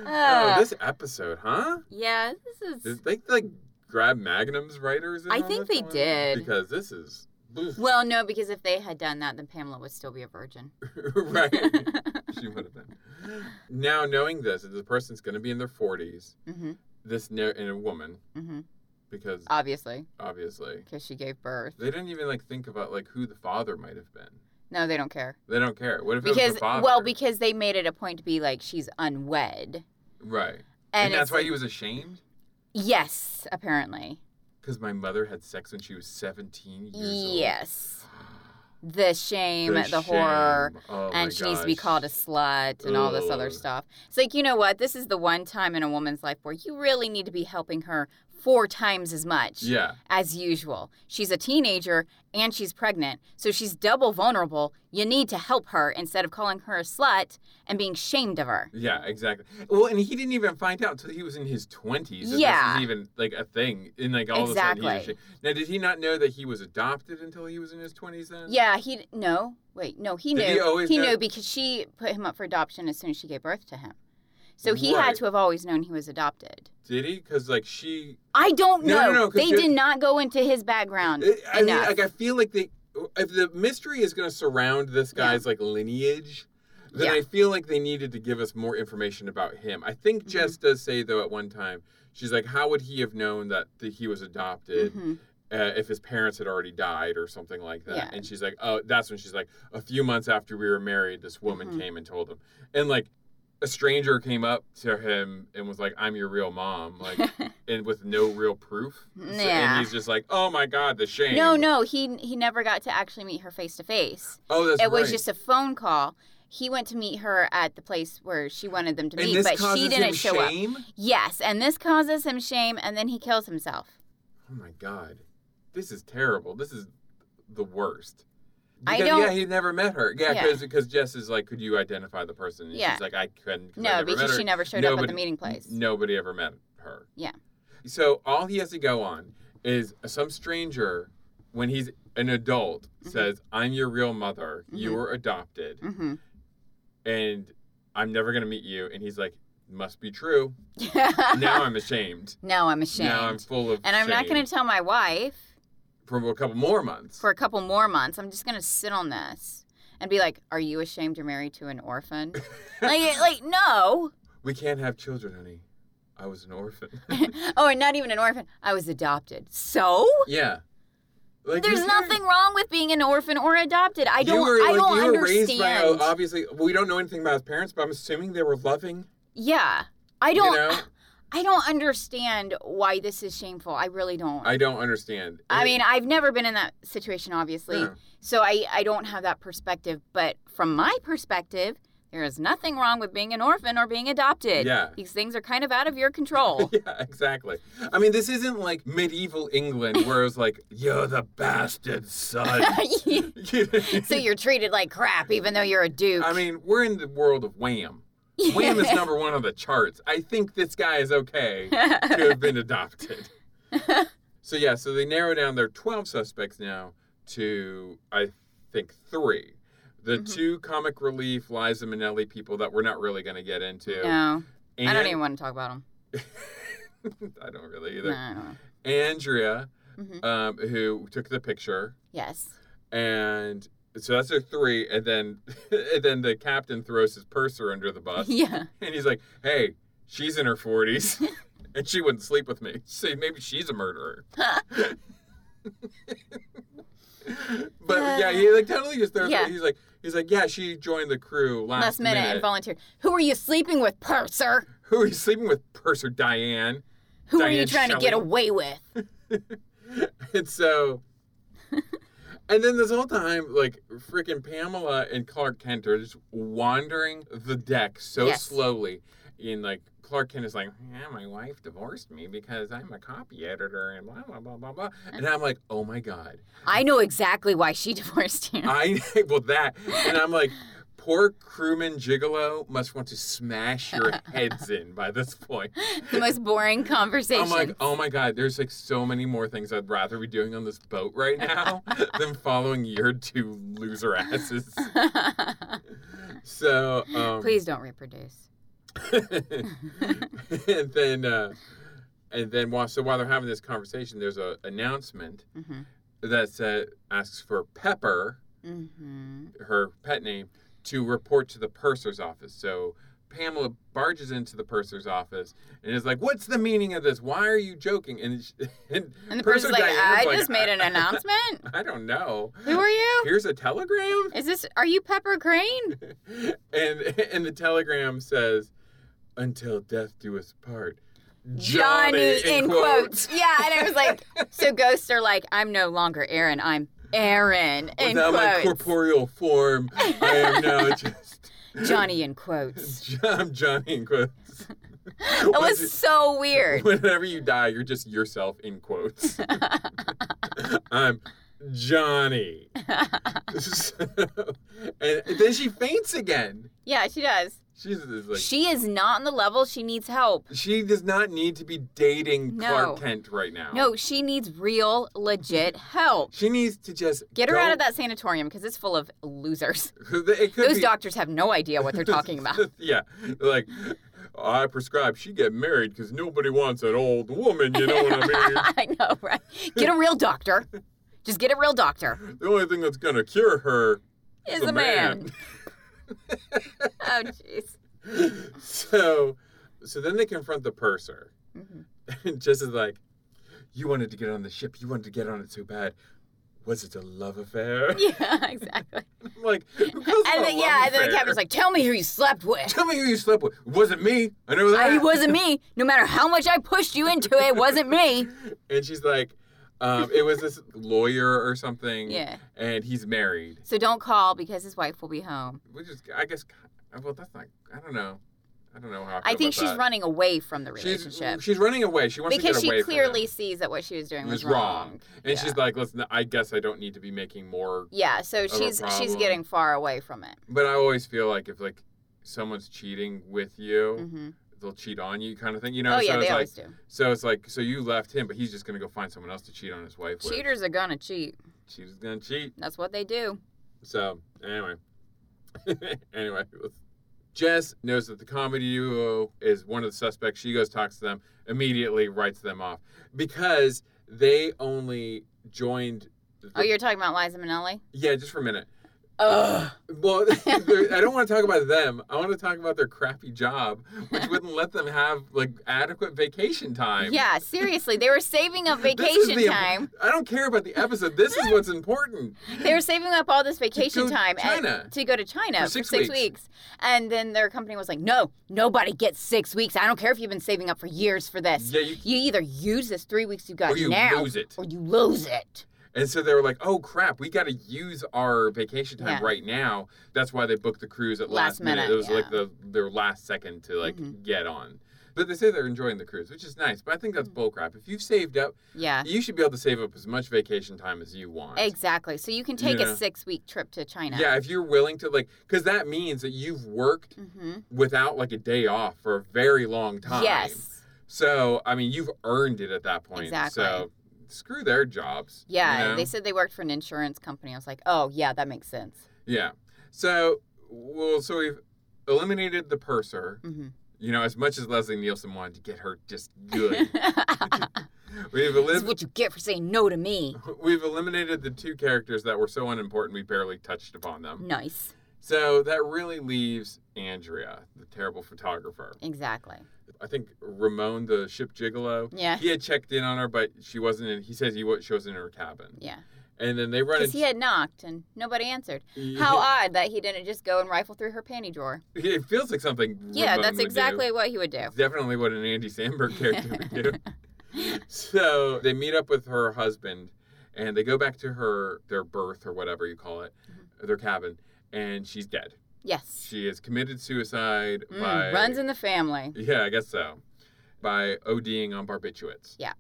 Ah. oh, this episode, huh? yeah, this is. Did they like grab Magnum's writers? and I all think that they going on? did. because this is oof, Well, no, because if they had done that, then Pamela would still be a virgin. Mm-hmm. right. she would have been. Now knowing this, that the person's going to be in their forties. hmm This nar- and a woman hmm because Obviously, obviously because she gave birth. they didn't even like think about like who the father might have been. No, they don't care. They don't care. What if it was Because, the father? well, because they made it a point to be like, she's unwed. right, and, And, it's- that's why he was ashamed. Yes, apparently. Because my mother had sex when she was seventeen years Yes. old. The shame, the, shame. horror, Oh my and she needs to be gosh. called a slut and all this other Ugh. stuff. It's like, you know what? This is the one time in a woman's life where you really need to be helping her four times as much Yeah. as usual. She's a teenager and she's pregnant, so she's double vulnerable. You need to help her instead of calling her a slut and being shamed of her. Yeah, exactly. Well, and he didn't even find out until he was in his twenties. Yeah. this is even like a thing. And like all of a sudden, he's Exactly. ashamed. now did he not know that he was adopted until he was in his twenties? Then Yeah, he d- no. Wait, no, he Did knew. he always know- knew because she put him up for adoption as soon as she gave birth to him. So he Right. had to have always known he was adopted. did he? Because like she, I don't No, know. no, no, 'cause they you're- did not go into his background. I- I mean, Enough. like I feel like they, if the mystery is going to surround this guy's like lineage, Then Yeah. I feel like they needed to give us more information about him. I think Mm-hmm. Jess does say though at one time, she's like, "How would he have known that, that he was adopted Mhm. uh, if his parents had already died or something like that?" Yeah. And she's like, "Oh, that's when she's like, a few months after we were married, this woman Mhm. came and told him." And like, a stranger came up to him and was like, "I'm your real mom," like, and with no real proof. So- Yeah. And he's just like, "Oh my God, the shame." No, no, he he never got to actually meet her face to face. Oh, that's It was right. just a phone call. He went to meet her at the place where she wanted them to And meet, this but causes she didn't him show up. shame? Yes, and this causes him shame, and then he kills himself. Oh my god, this is terrible. This is the worst. I Because, don't- Yeah, he never met her. Yeah, Yeah. because Jess is like, could you identify the person? And Yeah. She's like, I couldn't. 'cause I No, never met because her. she never showed up at Nobody- the meeting place. N- Nobody ever met her. Yeah. So all he has to go on is some stranger, when he's an adult, says, "I'm your real mother. You were adopted, Mm-hmm. and I'm never gonna meet you." And he's like, "Must be true." now I'm ashamed. no, I'm Mm-hmm. ashamed. Now I'm full of. and I'm not going shame to tell my wife for a couple more months. for a couple more months. I'm just going to sit on this and be like, "Are you ashamed you're married to an orphan?" like, like no. We can't have children, honey. I was an orphan. oh, and not even an orphan. I was adopted. So yeah. Like, there's you- nothing wrong with being an orphan or adopted. I you don't. were, I like, don't you were raised by, understand. obviously, we don't know anything about his parents, but I'm assuming they were loving. yeah, I don't. know? I don't understand why this is shameful. I really don't. I don't understand. I mean, I've never been in that situation, obviously. Yeah. So I, I don't have that perspective. But from my perspective, there is nothing wrong with being an orphan or being adopted. Yeah. These things are kind of out of your control. yeah, exactly. I mean, this isn't like medieval England where it was like, you're the bastard son. so you're treated like crap, even though you're a duke. I mean, we're in the world of wham. Wham is number one on the charts. I think this guy is okay to have been adopted. so yeah, so they narrow down their twelve suspects now to I think three. The Mm-hmm. two comic relief Liza Minnelli people that we're not really going to get into. no, And, I don't even want to talk about them. I don't really No, either. I don't know. Andrea, Mhm. um, who took the picture, Yes. and so that's their three. And then, and then the captain throws his purser under the bus. Yeah. And he's like, hey, she's in her 40s and she wouldn't sleep with me. So maybe she's a murderer. but yeah, he like totally just throws Yeah. He's like, he's like, yeah, she joined the crew last, Last minute, and volunteered. Who are you sleeping with, purser? Who are you sleeping with, Purser Diane? Who are you trying Diane to get Shelley. away with? And so, and then this whole time, like freaking Pamela and Clark Kent are just wandering the deck so Yes. slowly. And like Clark Kent is like, yeah, my wife divorced me because I'm a copy editor and blah blah blah blah blah. And I'm like, oh my god, I know exactly why she divorced you. I well that. And I'm like, poor crewman gigolo must want to smash your heads in by this point. the most boring conversation. I'm like, oh my god, there's like so many more things I'd rather be doing on this boat right now than following your two loser asses. So, um, Please don't reproduce. and then, uh, and then while so while they're having this conversation, there's a announcement Mm-hmm. that said, asks for Pepper, Mm-hmm. her pet name, to report to the purser's office. So. Pamela barges into the purser's office and is like, "What's the meaning of this? Why are you joking?" And sh- and, And the person's like, Diane's I just made an "I- announcement. I don't know. Who are you? Here's a telegram? Is this? Are you Pepper Crane? And and the telegram says, Until death do us part. Yeah, and I was like, so ghosts are like, I'm no longer Aaron. I'm Aaron in Without my quotes. corporeal form, I am now just Johnny in quotes. I'm Johnny in quotes. That was so weird. Whenever you die, you're just yourself in quotes. I'm Johnny. So- and then she faints again. Yeah, she does. She's just like She is not on the level. She needs help. She does not need to be dating No. Clark Kent right now. No, she needs real, legit help. She needs to just Get her go- out of that sanatorium because it's full of losers. It could Those be- doctors have no idea what they're talking about. yeah, like I prescribe she get married because nobody wants an old woman. You know what I mean? I know, right? Get a real doctor. Just get a real doctor. the only thing that's gonna cure her Is the a man. Oh, jeez. so, so then they confront the purser. Mhm. And Jess is like, "You wanted to get on the ship. You wanted to get on it so bad. Was it a love affair?" Yeah, exactly. I'm like, who calls it And a then, love yeah, and then the affair? captain's like, "Tell me who you slept with." "Tell me who you slept with. It wasn't me. I know that." I, it wasn't me. No matter how much I pushed you into it, it wasn't me. And she's like, um, "It was this lawyer or something." Yeah. And he's married, So don't call because his wife will be home. which is, I guess, well, that's not. I don't know. I don't know how. I, I feel think about she's that. running away from the She's, relationship she's running away. She wants because to get away she from clearly him. sees that what she was doing It was was wrong. wrong. And she's like, listen, I guess I don't need to be making more. Yeah, so a she's she's problem. getting far away from it. But I always feel like if like someone's cheating with you, hmm they'll cheat on you, kind of thing. You know? oh yeah, so they it's like, always do. so it's like, so you left him, but he's just gonna go find someone else to cheat on his wife. With. Cheaters are gonna cheat. She's gonna cheat. That's what they do. So anyway, anyway, Jess knows that the comedy duo is one of the suspects. She goes talks to them immediately, writes them off because they only joined. The, Oh, you're talking about Liza Minnelli? yeah, just for a minute. Ugh. Well, they're- I don't want to talk about them. I want to talk about their crappy job, which wouldn't let them have like adequate vacation time. Yeah, seriously, they were saving up This is vacation the imp- time. I don't care about the episode. This is what's important. They were saving up all this vacation to time and- China. to go to China For for six, six weeks. weeks. and then their company was like, "No, nobody gets six weeks. I don't care if you've been saving up for years for this. Yeah, you- you either use this three weeks you got Or you now, lose it. or you lose it." And so they were like, "Oh crap, we got to use our vacation time Yeah. right now." That's why they booked the cruise at Last last, minute, It was like yeah. the their last second to like Mhm. get on. But they say they're enjoying the cruise, which is nice. But I think that's bull crap. If you've saved up, Mm. Yeah. you should be able to save up as much vacation time as you want. Exactly. So you can take Yeah. a six-week trip to China. Yeah, if you're willing to like, because that means that you've worked Mm-hmm. without like a day off for a very long time. Yes. So I mean, you've earned it at that point. Exactly. So screw their jobs. you Yeah, know? they said they worked for an insurance company. I was like, oh yeah, that makes sense. Yeah. So well, so we've eliminated the purser. hmm You know, as much as Leslie Nielsen wanted to get her just good, we've this is eliminated. what you get for saying no to me. We've eliminated the two characters that were so unimportant we barely touched upon them. Nice. So that really leaves Andrea, the terrible photographer. Exactly. I think Ramon, the ship gigolo, Yeah. he had checked in on her, but she wasn't in. He says he wa- she wasn't in her cabin. Yeah. And then they run Because he into. had knocked and nobody answered. How odd that he didn't just go and rifle through her panty drawer. It feels like something. Yeah, Ramon that's would do. exactly what he would do. It's definitely what an Andy Samberg character would do. So they meet up with her husband, and they go back to her their berth or whatever you call it, Mm-hmm. their cabin, and she's dead. Yes. She has committed suicide Mm, by runs in the family. Yeah, I guess so. By ODing on barbiturates. Yeah.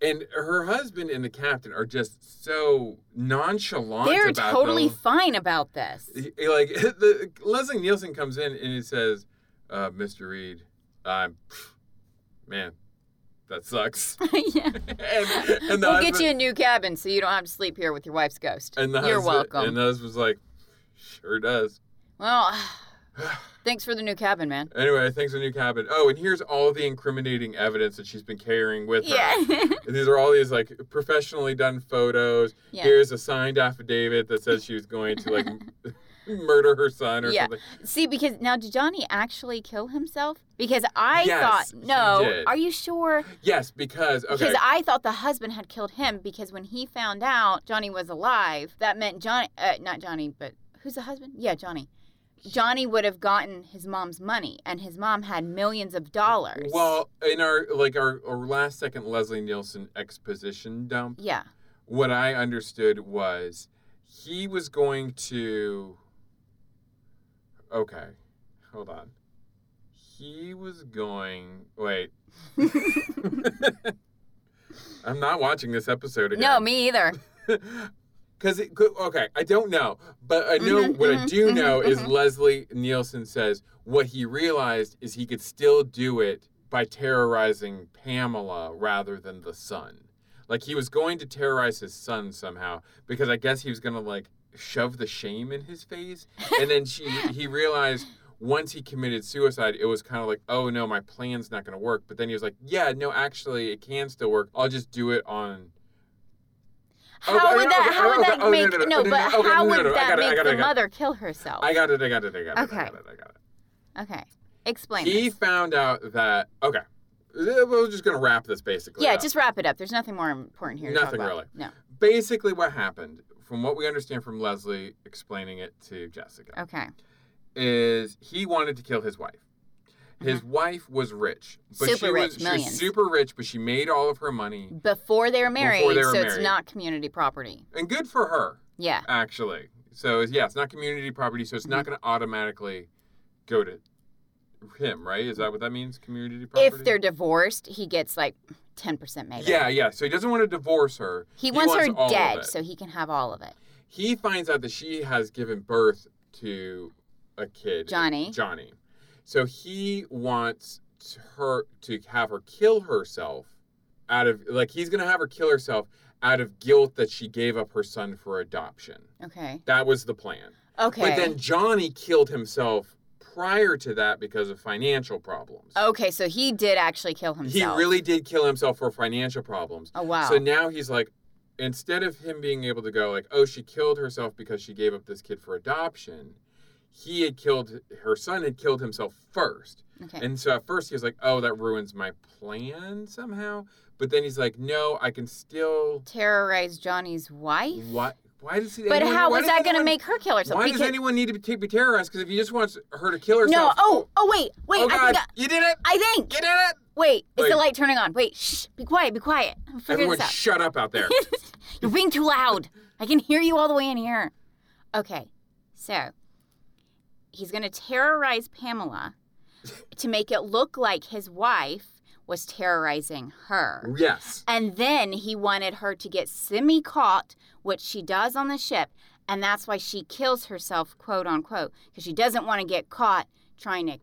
And her husband and the captain are just so nonchalant. They're about totally the- fine about this. he- he, like the, Leslie Nielsen comes in and he says, uh, "Mr. Reed, I'm man, that sucks." yeah. and, and the We'll husband, get you a new cabin so you don't have to sleep here with your wife's ghost. And the You're husband- welcome. And the husband's like, "Sure does." Well, thanks for the new cabin, man. Anyway, thanks for the new cabin. Oh, and here's all the incriminating evidence that she's been carrying with her. Yeah. And these are all these like professionally done photos. Yeah. Here's a signed affidavit that says she was going to like m- murder her son or Yeah. something. See, because now did Johnny actually kill himself? Because I Yes, thought he no. did. Are you sure? Yes, because okay. Because I thought the husband had killed him. Because when he found out Johnny was alive, that meant Johnny, uh, not Johnny, but who's the husband? Yeah, Johnny. Johnny would have gotten his mom's money, and his mom had millions of dollars. Well, in our like our, our last second Leslie Nielsen exposition dump, yeah, what I understood was he was going to Okay. Hold on. He was going wait. I'm not watching this episode again. no, me either. Because it could, okay, I don't know, but I know Mhm, what I mhm, do mhm, know is mhm. Leslie Nielsen says what he realized is he could still do it by terrorizing Pamela rather than the son. Like he was going to terrorize his son somehow because I guess he was gonna like shove the shame in his face, and then she he realized. Once he committed suicide, it was kind of like, oh no, my plan's not going to work. But then he was like, yeah, no, actually, it can still work. I'll just do it on How would that? How would that make? No, but how would I that got it, I make got the it, I got it. mother kill herself? I got it. I got it. I got it. I Okay. got it. I got it. Okay, explain. He this. found out that okay. We're just gonna wrap this basically. Yeah, up. just wrap it up. There's nothing more important here. to talk Nothing about. really. No. basically what happened, from what we understand from Leslie explaining it to Jessica, Okay. is he wanted to kill his wife. His wife was rich, but Super she rich, was she millions. was super rich, but she made all of her money, Before they were married, they were so it's married. not community property. and good for her Yeah. actually. So yeah, it's not community property, so it's not Mm-hmm. going to automatically go to him, right? Is that what that means? Community property. If they're divorced, he gets like 10% maybe. yeah, yeah. So he doesn't want to divorce her. He wants, all her of dead it. so he can have all of it. he finds out that she has given birth to a kid, Johnny. Johnny. So he wants t- her to have her kill herself out of like he's gonna have her kill herself out of guilt that she gave up her son for adoption. Okay. That was the plan. Okay. But then Johnny killed himself prior to that because of financial problems. okay, so he did actually kill he Oh, himself. really did kill himself for financial problems. Oh wow. So now he's like, instead of him being able to go like, oh, she killed herself because she gave up this kid for adoption, he had killed her son had killed himself first. okay. And so at first he was like, oh, that ruins my plan somehow. But then he's like, no, I can still. Terrorize Johnny's wife? What? Why does he? But anyone- how why was does that going to anyone- make her kill herself? Why does Because- anyone need to be, be terrorized? Because if he just wants her to kill No, herself. oh, oh wait. Wait, oh I God, think I, you did it! I think. You did it! Wait, is Wait. the light turning on? Wait, shh, be quiet, be quiet. I'm figuring Everyone, this out. shut up out there. You're being too loud. I can hear you all the way in here. Okay, so he's going to terrorize Pamela to make it look like his wife was terrorizing her. yes. And then he wanted her to get semi caught, which she does on the ship. And that's why she kills herself, quote unquote, because she doesn't want to get caught trying to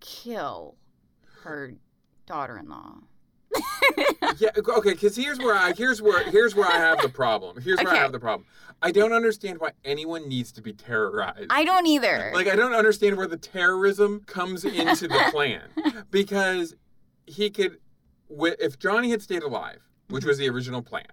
kill her daughter in law. yeah okay because here's where i here's where here's where i have the problem here's where i Okay. have the problem i don't understand why anyone needs to be terrorized I don't either. like i don't understand where the terrorism comes into the plan because he could wi- if johnny had stayed alive which Mm-hmm. was the original plan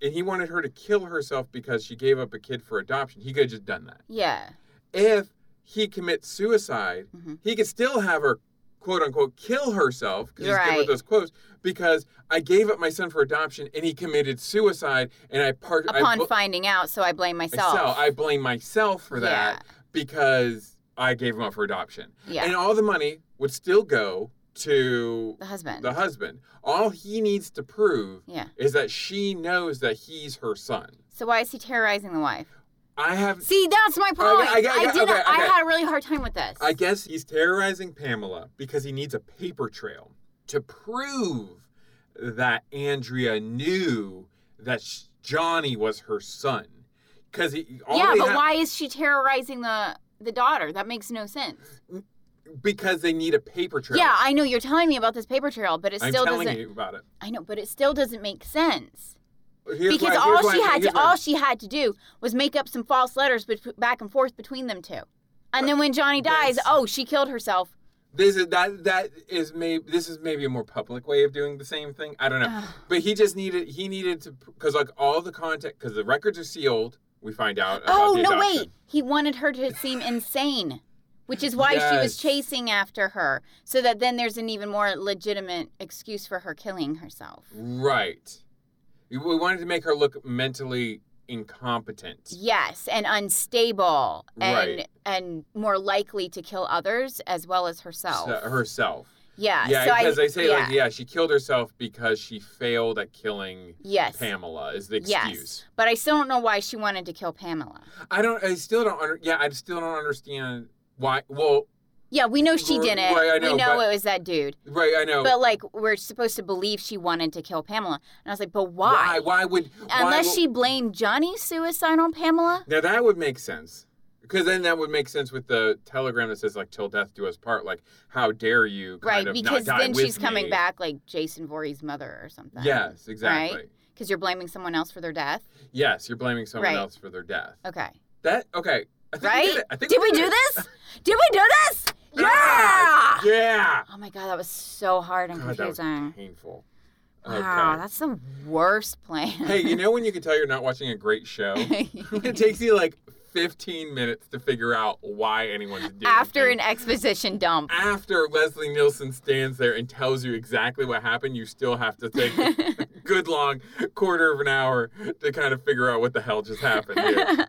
and he wanted her to kill herself because she gave up a kid for adoption he could have just done that yeah. if he commits suicide, Mhm. he could still have her quote unquote kill herself because he's good Right. with those quotes because I gave up my son for adoption and he committed suicide and I part I, upon bl- finding out, so I blame myself. myself I blame myself for that because I gave him up for adoption Yeah, and all the money would still go to the husband. the husband. All he needs to prove yeah. is that she knows that he's her son. So why is he terrorizing the wife? I have See, that's my point. Mm. I I, got- did okay, not, I okay. had a really hard time with this. I guess he's terrorizing Pamela because he needs a paper trail to prove that Andrea knew that sh- Johnny was her son. Because he all yeah, they but ha- why is she terrorizing the the daughter? That makes no sense. Because they need a paper trail. Yeah, I know you're telling me about this paper trail, but it I'm still telling doesn't. you about it. I know, but it still doesn't make sense Here's because why- here's all why- she had here's to why- all she had to do was make up some false letters bet- back and forth between them two, and then when Johnny dies, That's- oh, she killed herself. This is that that is maybe this is maybe a more public way of doing the same thing. I don't know, Ugh. but he just needed he needed to because like all the contact because the records are sealed. We find out. about Oh the no! adoption. Wait, he wanted her to seem insane, which is why she Yes. was chasing after her, so that then there's an even more legitimate excuse for her killing herself. Right. We we wanted to make her look mentally incompetent. Yes, and unstable, and Right. and more likely to kill others as well as herself. So- herself. yeah, yeah, Uh, so because I, they say yeah. like yeah, she killed herself because she failed at killing yes, Pamela is the Yes. excuse. but I still don't know why she wanted to kill Pamela. I don't I still don't under, yeah, I still don't understand why well, Yeah, we know she R- didn't. right, I know, we know but- Oh. it was that dude, right, I know. but like we're supposed to believe she wanted to kill Pamela, and I was like, but why why would why Unless would- she blamed Johnny's suicide on Pamela. Now that would make sense. Because then that would make sense with the telegram that says like "till death do us part." Like, how dare you? Right, Kind of because not die then with she's coming me. back like Jason Voorhees' mother or something. Yes, exactly. Because you're blaming someone else for their death. Yes, you're blaming someone Right. else for their death. Okay. That okay? I think Right? We did, it. I think Did we did do it. this? Did we do this? Yeah! Yeah. Oh my God, that was so hard and God, that was confusing. painful. Wow, that's the worst plan. Hey, you know when you can tell you're not watching a great show? it takes you like 15 minutes to figure out why anyone's doing After things. an exposition dump. After Leslie Nielsen stands there and tells you exactly what happened, you still have to take a good long quarter of an hour to kind of figure out what the hell just happened. here.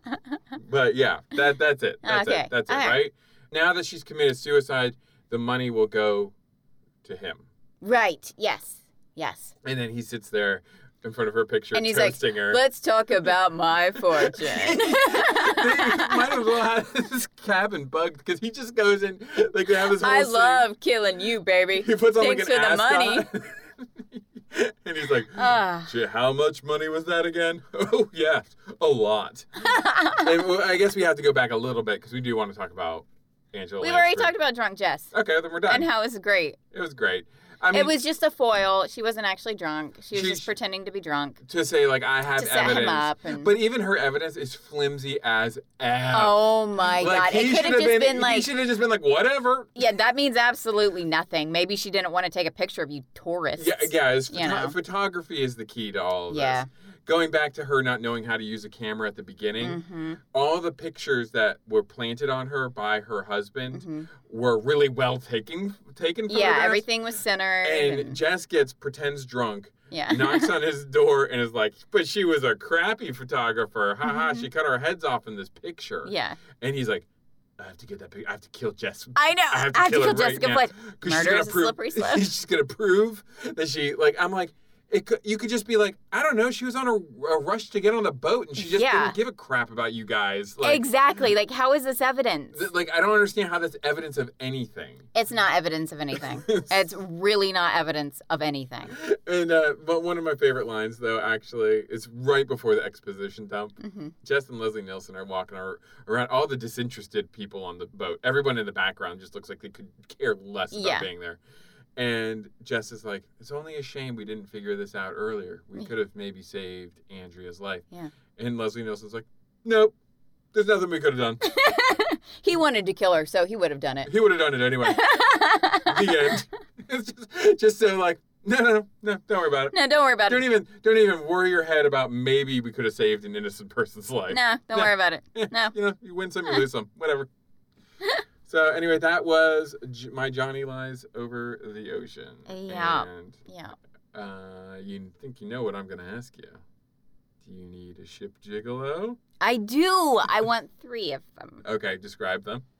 but yeah, that that's it. That's Okay. Uh-huh. it. That's it, All right. right? Now that she's committed suicide, the money will go to him. right. Yes. Yes. And then he sits there in front of her picture And he's like, toasting her. Let's talk about my fortune. They might as well have this cabin bugged because he just goes in. Like they have this whole I scene. love killing you, baby. He puts on like Thanks an for the ascot. and he's like, Ah. "Gee, "How much money was that again?" Oh yeah, a lot. and well, I guess we have to go back a little bit because we do want to talk about Angela. We've already talked Lansbury. about drunk Jess Okay, then we're done. and how it was great. it was great. I mean, it was just a foil. She wasn't actually drunk. She was She- just pretending to be drunk. to say like I have to set him evidence, up and- but even her evidence is flimsy as f. Oh my god! It could have should've just been, he like, should have just been like, whatever. yeah, that means absolutely nothing. Maybe she didn't want to take a picture of you tourists. Yeah, guys, you know. photography is the key to all of Yeah. this. Going back to her not knowing how to use a camera at the beginning, hmm all the pictures that were planted on her by her husband hmm were really well taken taken Yeah, photographs. everything was centered. And, and- Jess gets pretends drunk, yeah. knocks on his door, and is like, "But she was a crappy photographer. Ha ha! She cut our heads off in this picture." Mm-hmm. yeah. And he's like, "I have to get that. Pic- I have to kill Jess I know. I have to kill her right Jessica now. Fletcher. 'Cause Uh, Murder is a slippery slope. she's gonna prove that she like. I'm like, it could, you could just be like, I don't know. She was on a, a rush to get on the boat, and she just Yeah. didn't give a crap about you guys. Like, exactly. Like, how is this evidence? th- like I don't understand how that's evidence of anything. it's not evidence of anything. it's really not evidence of anything. And uh, but one of my favorite lines though, actually, is right before the exposition dump. hmm Jess and Leslie Nielsen are walking ar- around all the disinterested people on the boat. Everyone in the background just looks like they could care less about Yeah. being there. And Jess is like, "It's only a shame we didn't figure this out earlier. We Yeah. could have maybe saved Andrea's life." Yeah. And Leslie Nielsen's like, "Nope, there's nothing we could have done. He wanted to kill her, so he would have done it. He would have done it anyway." the end. It's just, just so like, no, no, no, no, don't worry about it. no, don't worry about Don't it. even, don't even worry your head about maybe we could have saved an innocent person's life. No, don't No. worry about it. Yeah, No. You know, you win some, you lose some. Whatever. so anyway, that was J- my Johnny lies over the ocean. Yeah. And Yeah. uh, you think you know what I'm gonna ask you? Do you need a ship gigolo? I do. I want three of them. Okay, describe them.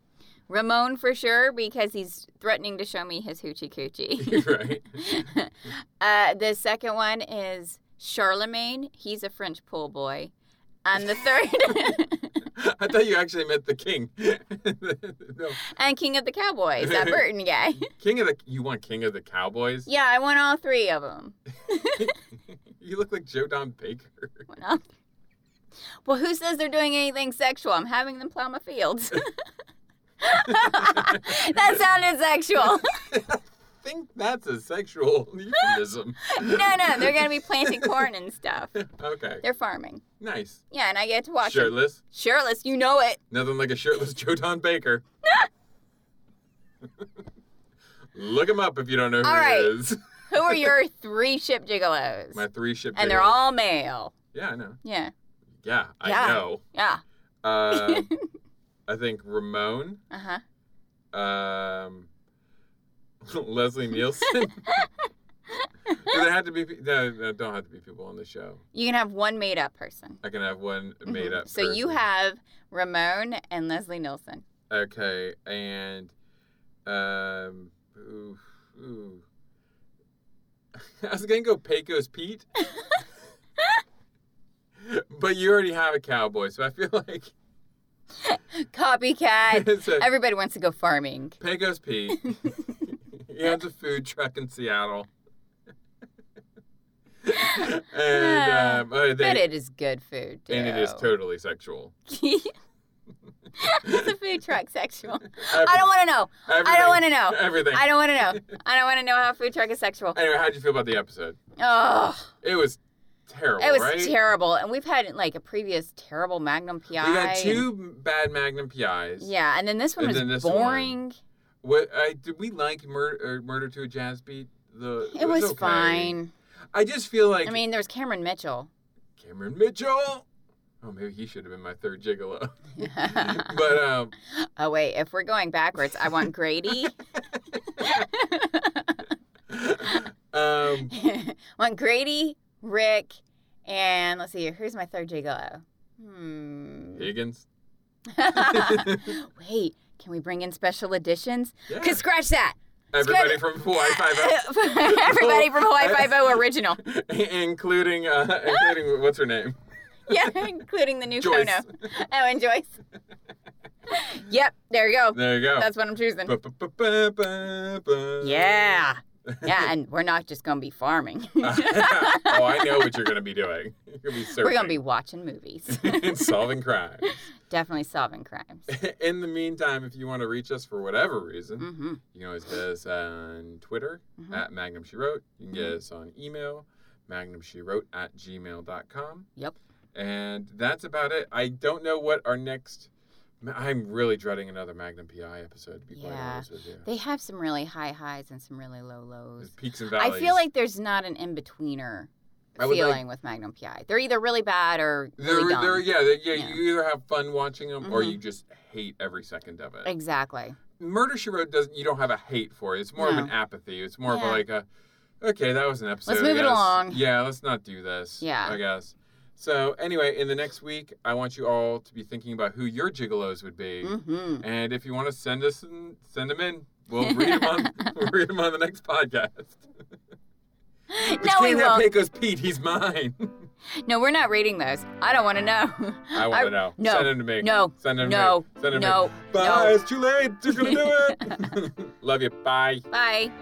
Ramon for sure because he's threatening to show me his hoochie coochie. right. uh, the second one is Charlemagne. He's a French pool boy. And the third, I thought you actually meant the king. no, and King of the Cowboys, that Burton guy. king of the. You want king of the cowboys? Yeah, I want all three of them. you look like Joe Don Baker. Well, who says they're doing anything sexual? I'm having them plow my fields. that sounded sexual. I think that's a sexual euphemism. No, no, they're going to be planting corn and stuff. Okay. They're farming. Nice. Yeah, and I get to watch them. Shirtless. Shirtless, you know it. Nothing like a shirtless Joe Don Baker. Look him up if you don't know who All right. he is. Who are your three ship gigolos? My three ship. and they're gigolos. all male. Yeah, I know. Yeah, Yeah, I Yeah. know. yeah. Um, I think Ramon, Uh huh. um, Leslie Nielsen. Do there have to be? pe- No, no, don't have to be people on the show. You can have one made up person. I can have one made Mhm. up. So you person. have Ramon and Leslie Nielsen. Okay, and um, ooh, ooh. I was gonna go Pecos Pete, but you already have a cowboy, so I feel like Copycat. it's a Everybody wants to go farming. Pecos Pete. he has a food truck in Seattle. and Ah, um, uh, but they, it is good food. Too. and it is totally sexual. It's a food truck sexual. Every- I don't want to know. I don't want to know. everything. I don't want to know. I don't want to know how food truck is sexual. Anyway, how would you feel about the episode? Oh, It was terrible. it was right? terrible. And we've had like a previous terrible Magnum PI. We got two bad Magnum PIs. Yeah, and then this one And is then this one. boring. er, What I did we like murder, or murder to a jazz beat? The It was okay. fine. I just feel like I mean, there was Cameron Mitchell. Cameron Mitchell. Oh, maybe he should have been my third gigolo. but um, oh wait, if we're going backwards, I want Grady. um, want Grady, Rick, and let's see, who's my third gigolo? Hmm. Higgins. wait, can we bring in special editions? Yeah. Cause scratch that. Everybody from Hawaii Five oh. Everybody from Hawaii Five O original. including uh, including what's her name? Yeah, including the new Joyce. Kono. Oh, and Joyce. yep, there you go. There you go. That's what I'm choosing. Ba-ba-ba-ba-ba. Yeah. Yeah, and we're not just gonna be farming. oh, I know what you're gonna be doing. You're gonna be surfing. We're gonna be watching movies. and solving crime. Definitely solving crimes. In the meantime, if you want to reach us for whatever reason, Mm-hmm. you can always get us on Twitter Mhm. at Magnum She Wrote. You can get Mm-hmm. us on email, magnumshewrote at gmail.com. Yep. And that's about it. I don't know what our next. I'm really dreading another Magnum PI episode, to be quite Yeah. honest with you. They have some really high highs and some really low There's lows. peaks and I valleys. feel like there's not an in betweener I would feeling like- with Magnum PI. They're either really bad or They're, really dumb. they're, yeah, they yeah, Yeah. you either have fun watching them or Mhm. you just hate every second of it. Exactly. Murder She Wrote doesn't. You don't have a hate for it. It's more of an apathy. It's more of Yeah. a, like a, okay, that was an episode. move I it guess. along. Yeah, let's not do this. Yeah. I guess. So anyway, in the next week, I want you all to be thinking about who your gigolos would be, Mm-hmm. and if you want to send us in, send them in. We'll read them on. we'll read 'em on the next podcast. No, we Between that won't. Pecos Pete, he's mine. No, we're not reading those. I don't want to know. I want to know. No. Send them to me. No. Send them No. to me. Send them No. to me. Bye. No. It's too late. You're gonna do it. Love you. Bye. Bye.